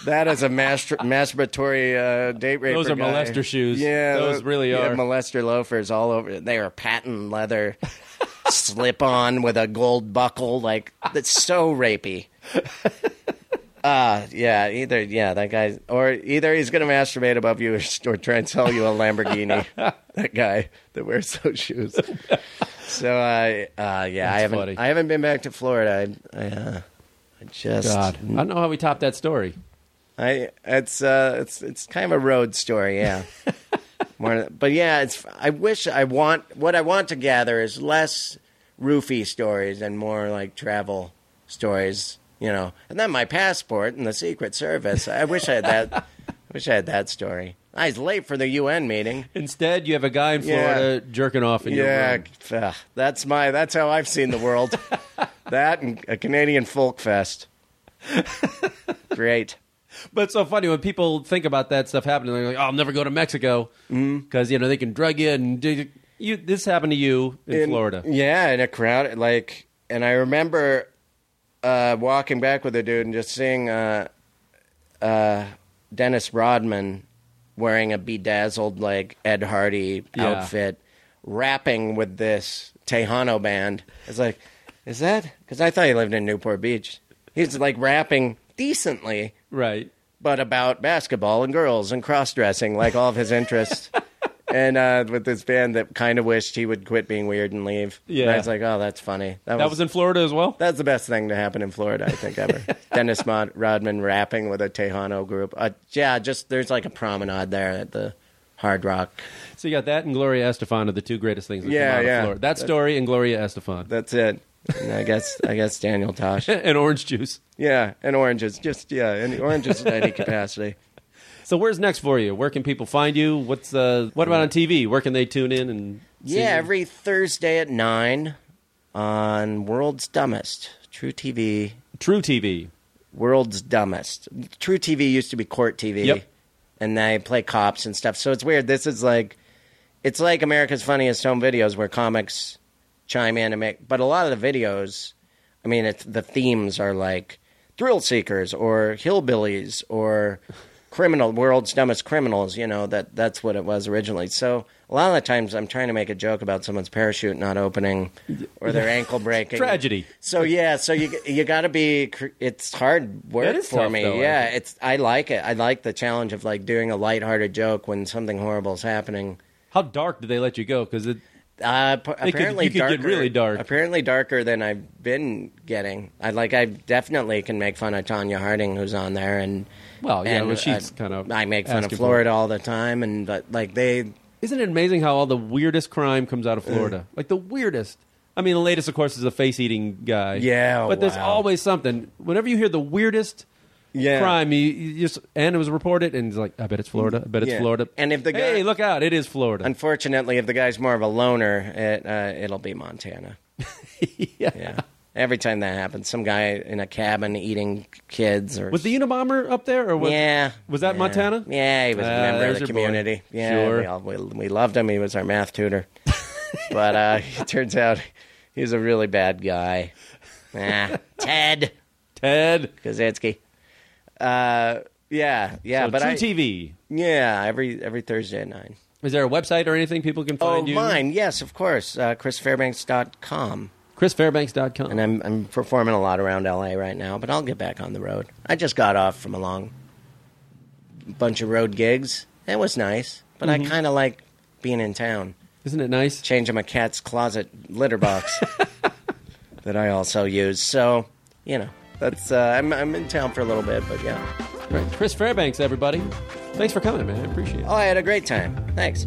S2: That is a master, masturbatory uh, date rape.
S3: Those are
S2: guy.
S3: molester shoes.
S2: Yeah,
S3: Those really
S2: he had
S3: are.
S2: molester loafers all over. They were patent leather, slip on with a gold buckle. Like that's so rapey. Uh, yeah, either yeah, that guy, or either he's gonna masturbate above you, or, or try and sell you a Lamborghini. that guy that wears those shoes. So I, uh, yeah, I haven't,
S3: funny.
S2: I haven't been back to Florida. I, I, uh, I just,
S3: God, I don't know how we top that story.
S2: I, it's, uh, it's, it's kind of a road story, yeah. More, but yeah, it's. I wish I want what I want to gather is less roofie stories and more like travel stories, you know. And then my passport and the Secret Service. I wish I had that. I wish I had that story. I was late for the UN meeting.
S3: Instead, you have a guy in
S2: Yeah.
S3: Florida jerking off in your
S2: Yeah,
S3: room.
S2: ugh, that's my. That's how I've seen the world. that and a Canadian folk fest. Great.
S3: But it's so funny when people think about that stuff happening. They're like, "Oh, I'll never go to Mexico
S2: Mm-hmm.
S3: because you know they can drug you and do- you." This happened to you in, Florida.
S2: Yeah, in a crowd. Like, and I remember uh, walking back with a dude and just seeing uh, uh, Dennis Rodman wearing a bedazzled like Ed Hardy
S3: Yeah.
S2: outfit, rapping with this Tejano band. It's like, is that? Because I thought he lived in Newport Beach. He's like rapping decently
S3: Right.
S2: but about basketball and girls and cross dressing, like all of his interests. and uh, with this band that kind of wished he would quit being weird and leave.
S3: Yeah.
S2: And I was like, oh, that's funny. That,
S3: That
S2: was.
S3: was in Florida as well.
S2: that's the best thing to happen in Florida, I think, ever. Dennis Mod- Rodman rapping with a Tejano group. Uh, yeah, just there's like a promenade there at the Hard Rock.
S3: So you got that and Gloria Estefan are the two greatest things. That
S2: Yeah,
S3: come out
S2: yeah.
S3: Of Florida. That story and Gloria Estefan
S2: That's it. And I guess I guess Daniel Tosh.
S3: and orange juice.
S2: Yeah, and oranges. Just yeah, and oranges in any capacity.
S3: So where's next for you? Where can people find you? What's uh, what about on TV? Where can they tune in and see
S2: Yeah,
S3: you?
S2: every Thursday at nine on World's Dumbest True TV.
S3: True TV?
S2: World's Dumbest True TV used to be Court TV,
S3: Yep.
S2: and they play cops and stuff. So it's weird. This is like, it's like America's Funniest Home Videos, where comics chime in and make. But a lot of the videos, I mean, it's, the themes are like thrill seekers or hillbillies or criminal world's dumbest criminals you know that that's what it was originally so a lot of the times i'm trying to make a joke about someone's parachute not opening or their ankle breaking
S3: Tragedy.
S2: so yeah so you you got to be cr- it's hard work
S3: It is
S2: for
S3: tough,
S2: me
S3: though, I
S2: yeah
S3: think.
S2: it's i like it i like the challenge of like doing a lighthearted joke when something horrible is happening
S3: How dark did they let you go? Because it
S2: uh, p-
S3: could-
S2: apparently
S3: you could get
S2: darker,
S3: really dark.
S2: Apparently darker than I've been getting. I like I definitely can make fun of Tanya Harding who's on there and
S3: Well, yeah,
S2: and,
S3: well, she's
S2: uh,
S3: kind of
S2: I make fun of
S3: asking for
S2: Florida all the time and but like they
S3: Isn't it amazing how all the weirdest crime comes out of Florida? like the weirdest. I mean, the latest, of course, is a face-eating guy.
S2: Yeah,
S3: but there's
S2: wow.
S3: always something. Whenever you hear the weirdest
S2: Yeah.
S3: crime, you, you just and it was reported, and it's like, I bet it's Florida. I bet it's
S2: Yeah.
S3: Florida.
S2: And if the guy-
S3: hey, look out, it is Florida.
S2: unfortunately if the guy's more of a loner it uh, it'll be Montana.
S3: yeah.
S2: Yeah. Every time that happens, some guy in a cabin eating kids or
S3: Was the Unabomber up there, or was,
S2: yeah.
S3: was that
S2: Yeah.
S3: Montana?
S2: Yeah, he was a
S3: Ah,
S2: member
S3: there's
S2: of the
S3: your boy.
S2: community. Yeah,
S3: Sure.
S2: we, all, we, we loved him. He was our math tutor. but uh, it turns out he's a really bad guy. Ah, Ted
S3: Ted?
S2: Kazansky. Uh, yeah, yeah,
S3: So
S2: but
S3: True
S2: I,
S3: TV.
S2: yeah, every every Thursday at nine.
S3: Is there a website or anything people can
S2: Oh,
S3: find you?
S2: mine, yes, of course. Uh, ChrisFairbanks.com.
S3: ChrisFairbanks.com.
S2: And I'm I'm performing a lot around LA right now, but I'll get back on the road. I just got off from a long bunch of road gigs. It was nice, but I
S3: Mm-hmm.
S2: kind of like being in town,
S3: Isn't it nice?
S2: changing my cat's closet litter box that I also use. So you know, that's uh, I'm I'm in town for a little bit, but yeah.
S3: Right. Chris Fairbanks, everybody. Thanks for coming, man. I appreciate it.
S2: Oh, I had a great time. Thanks.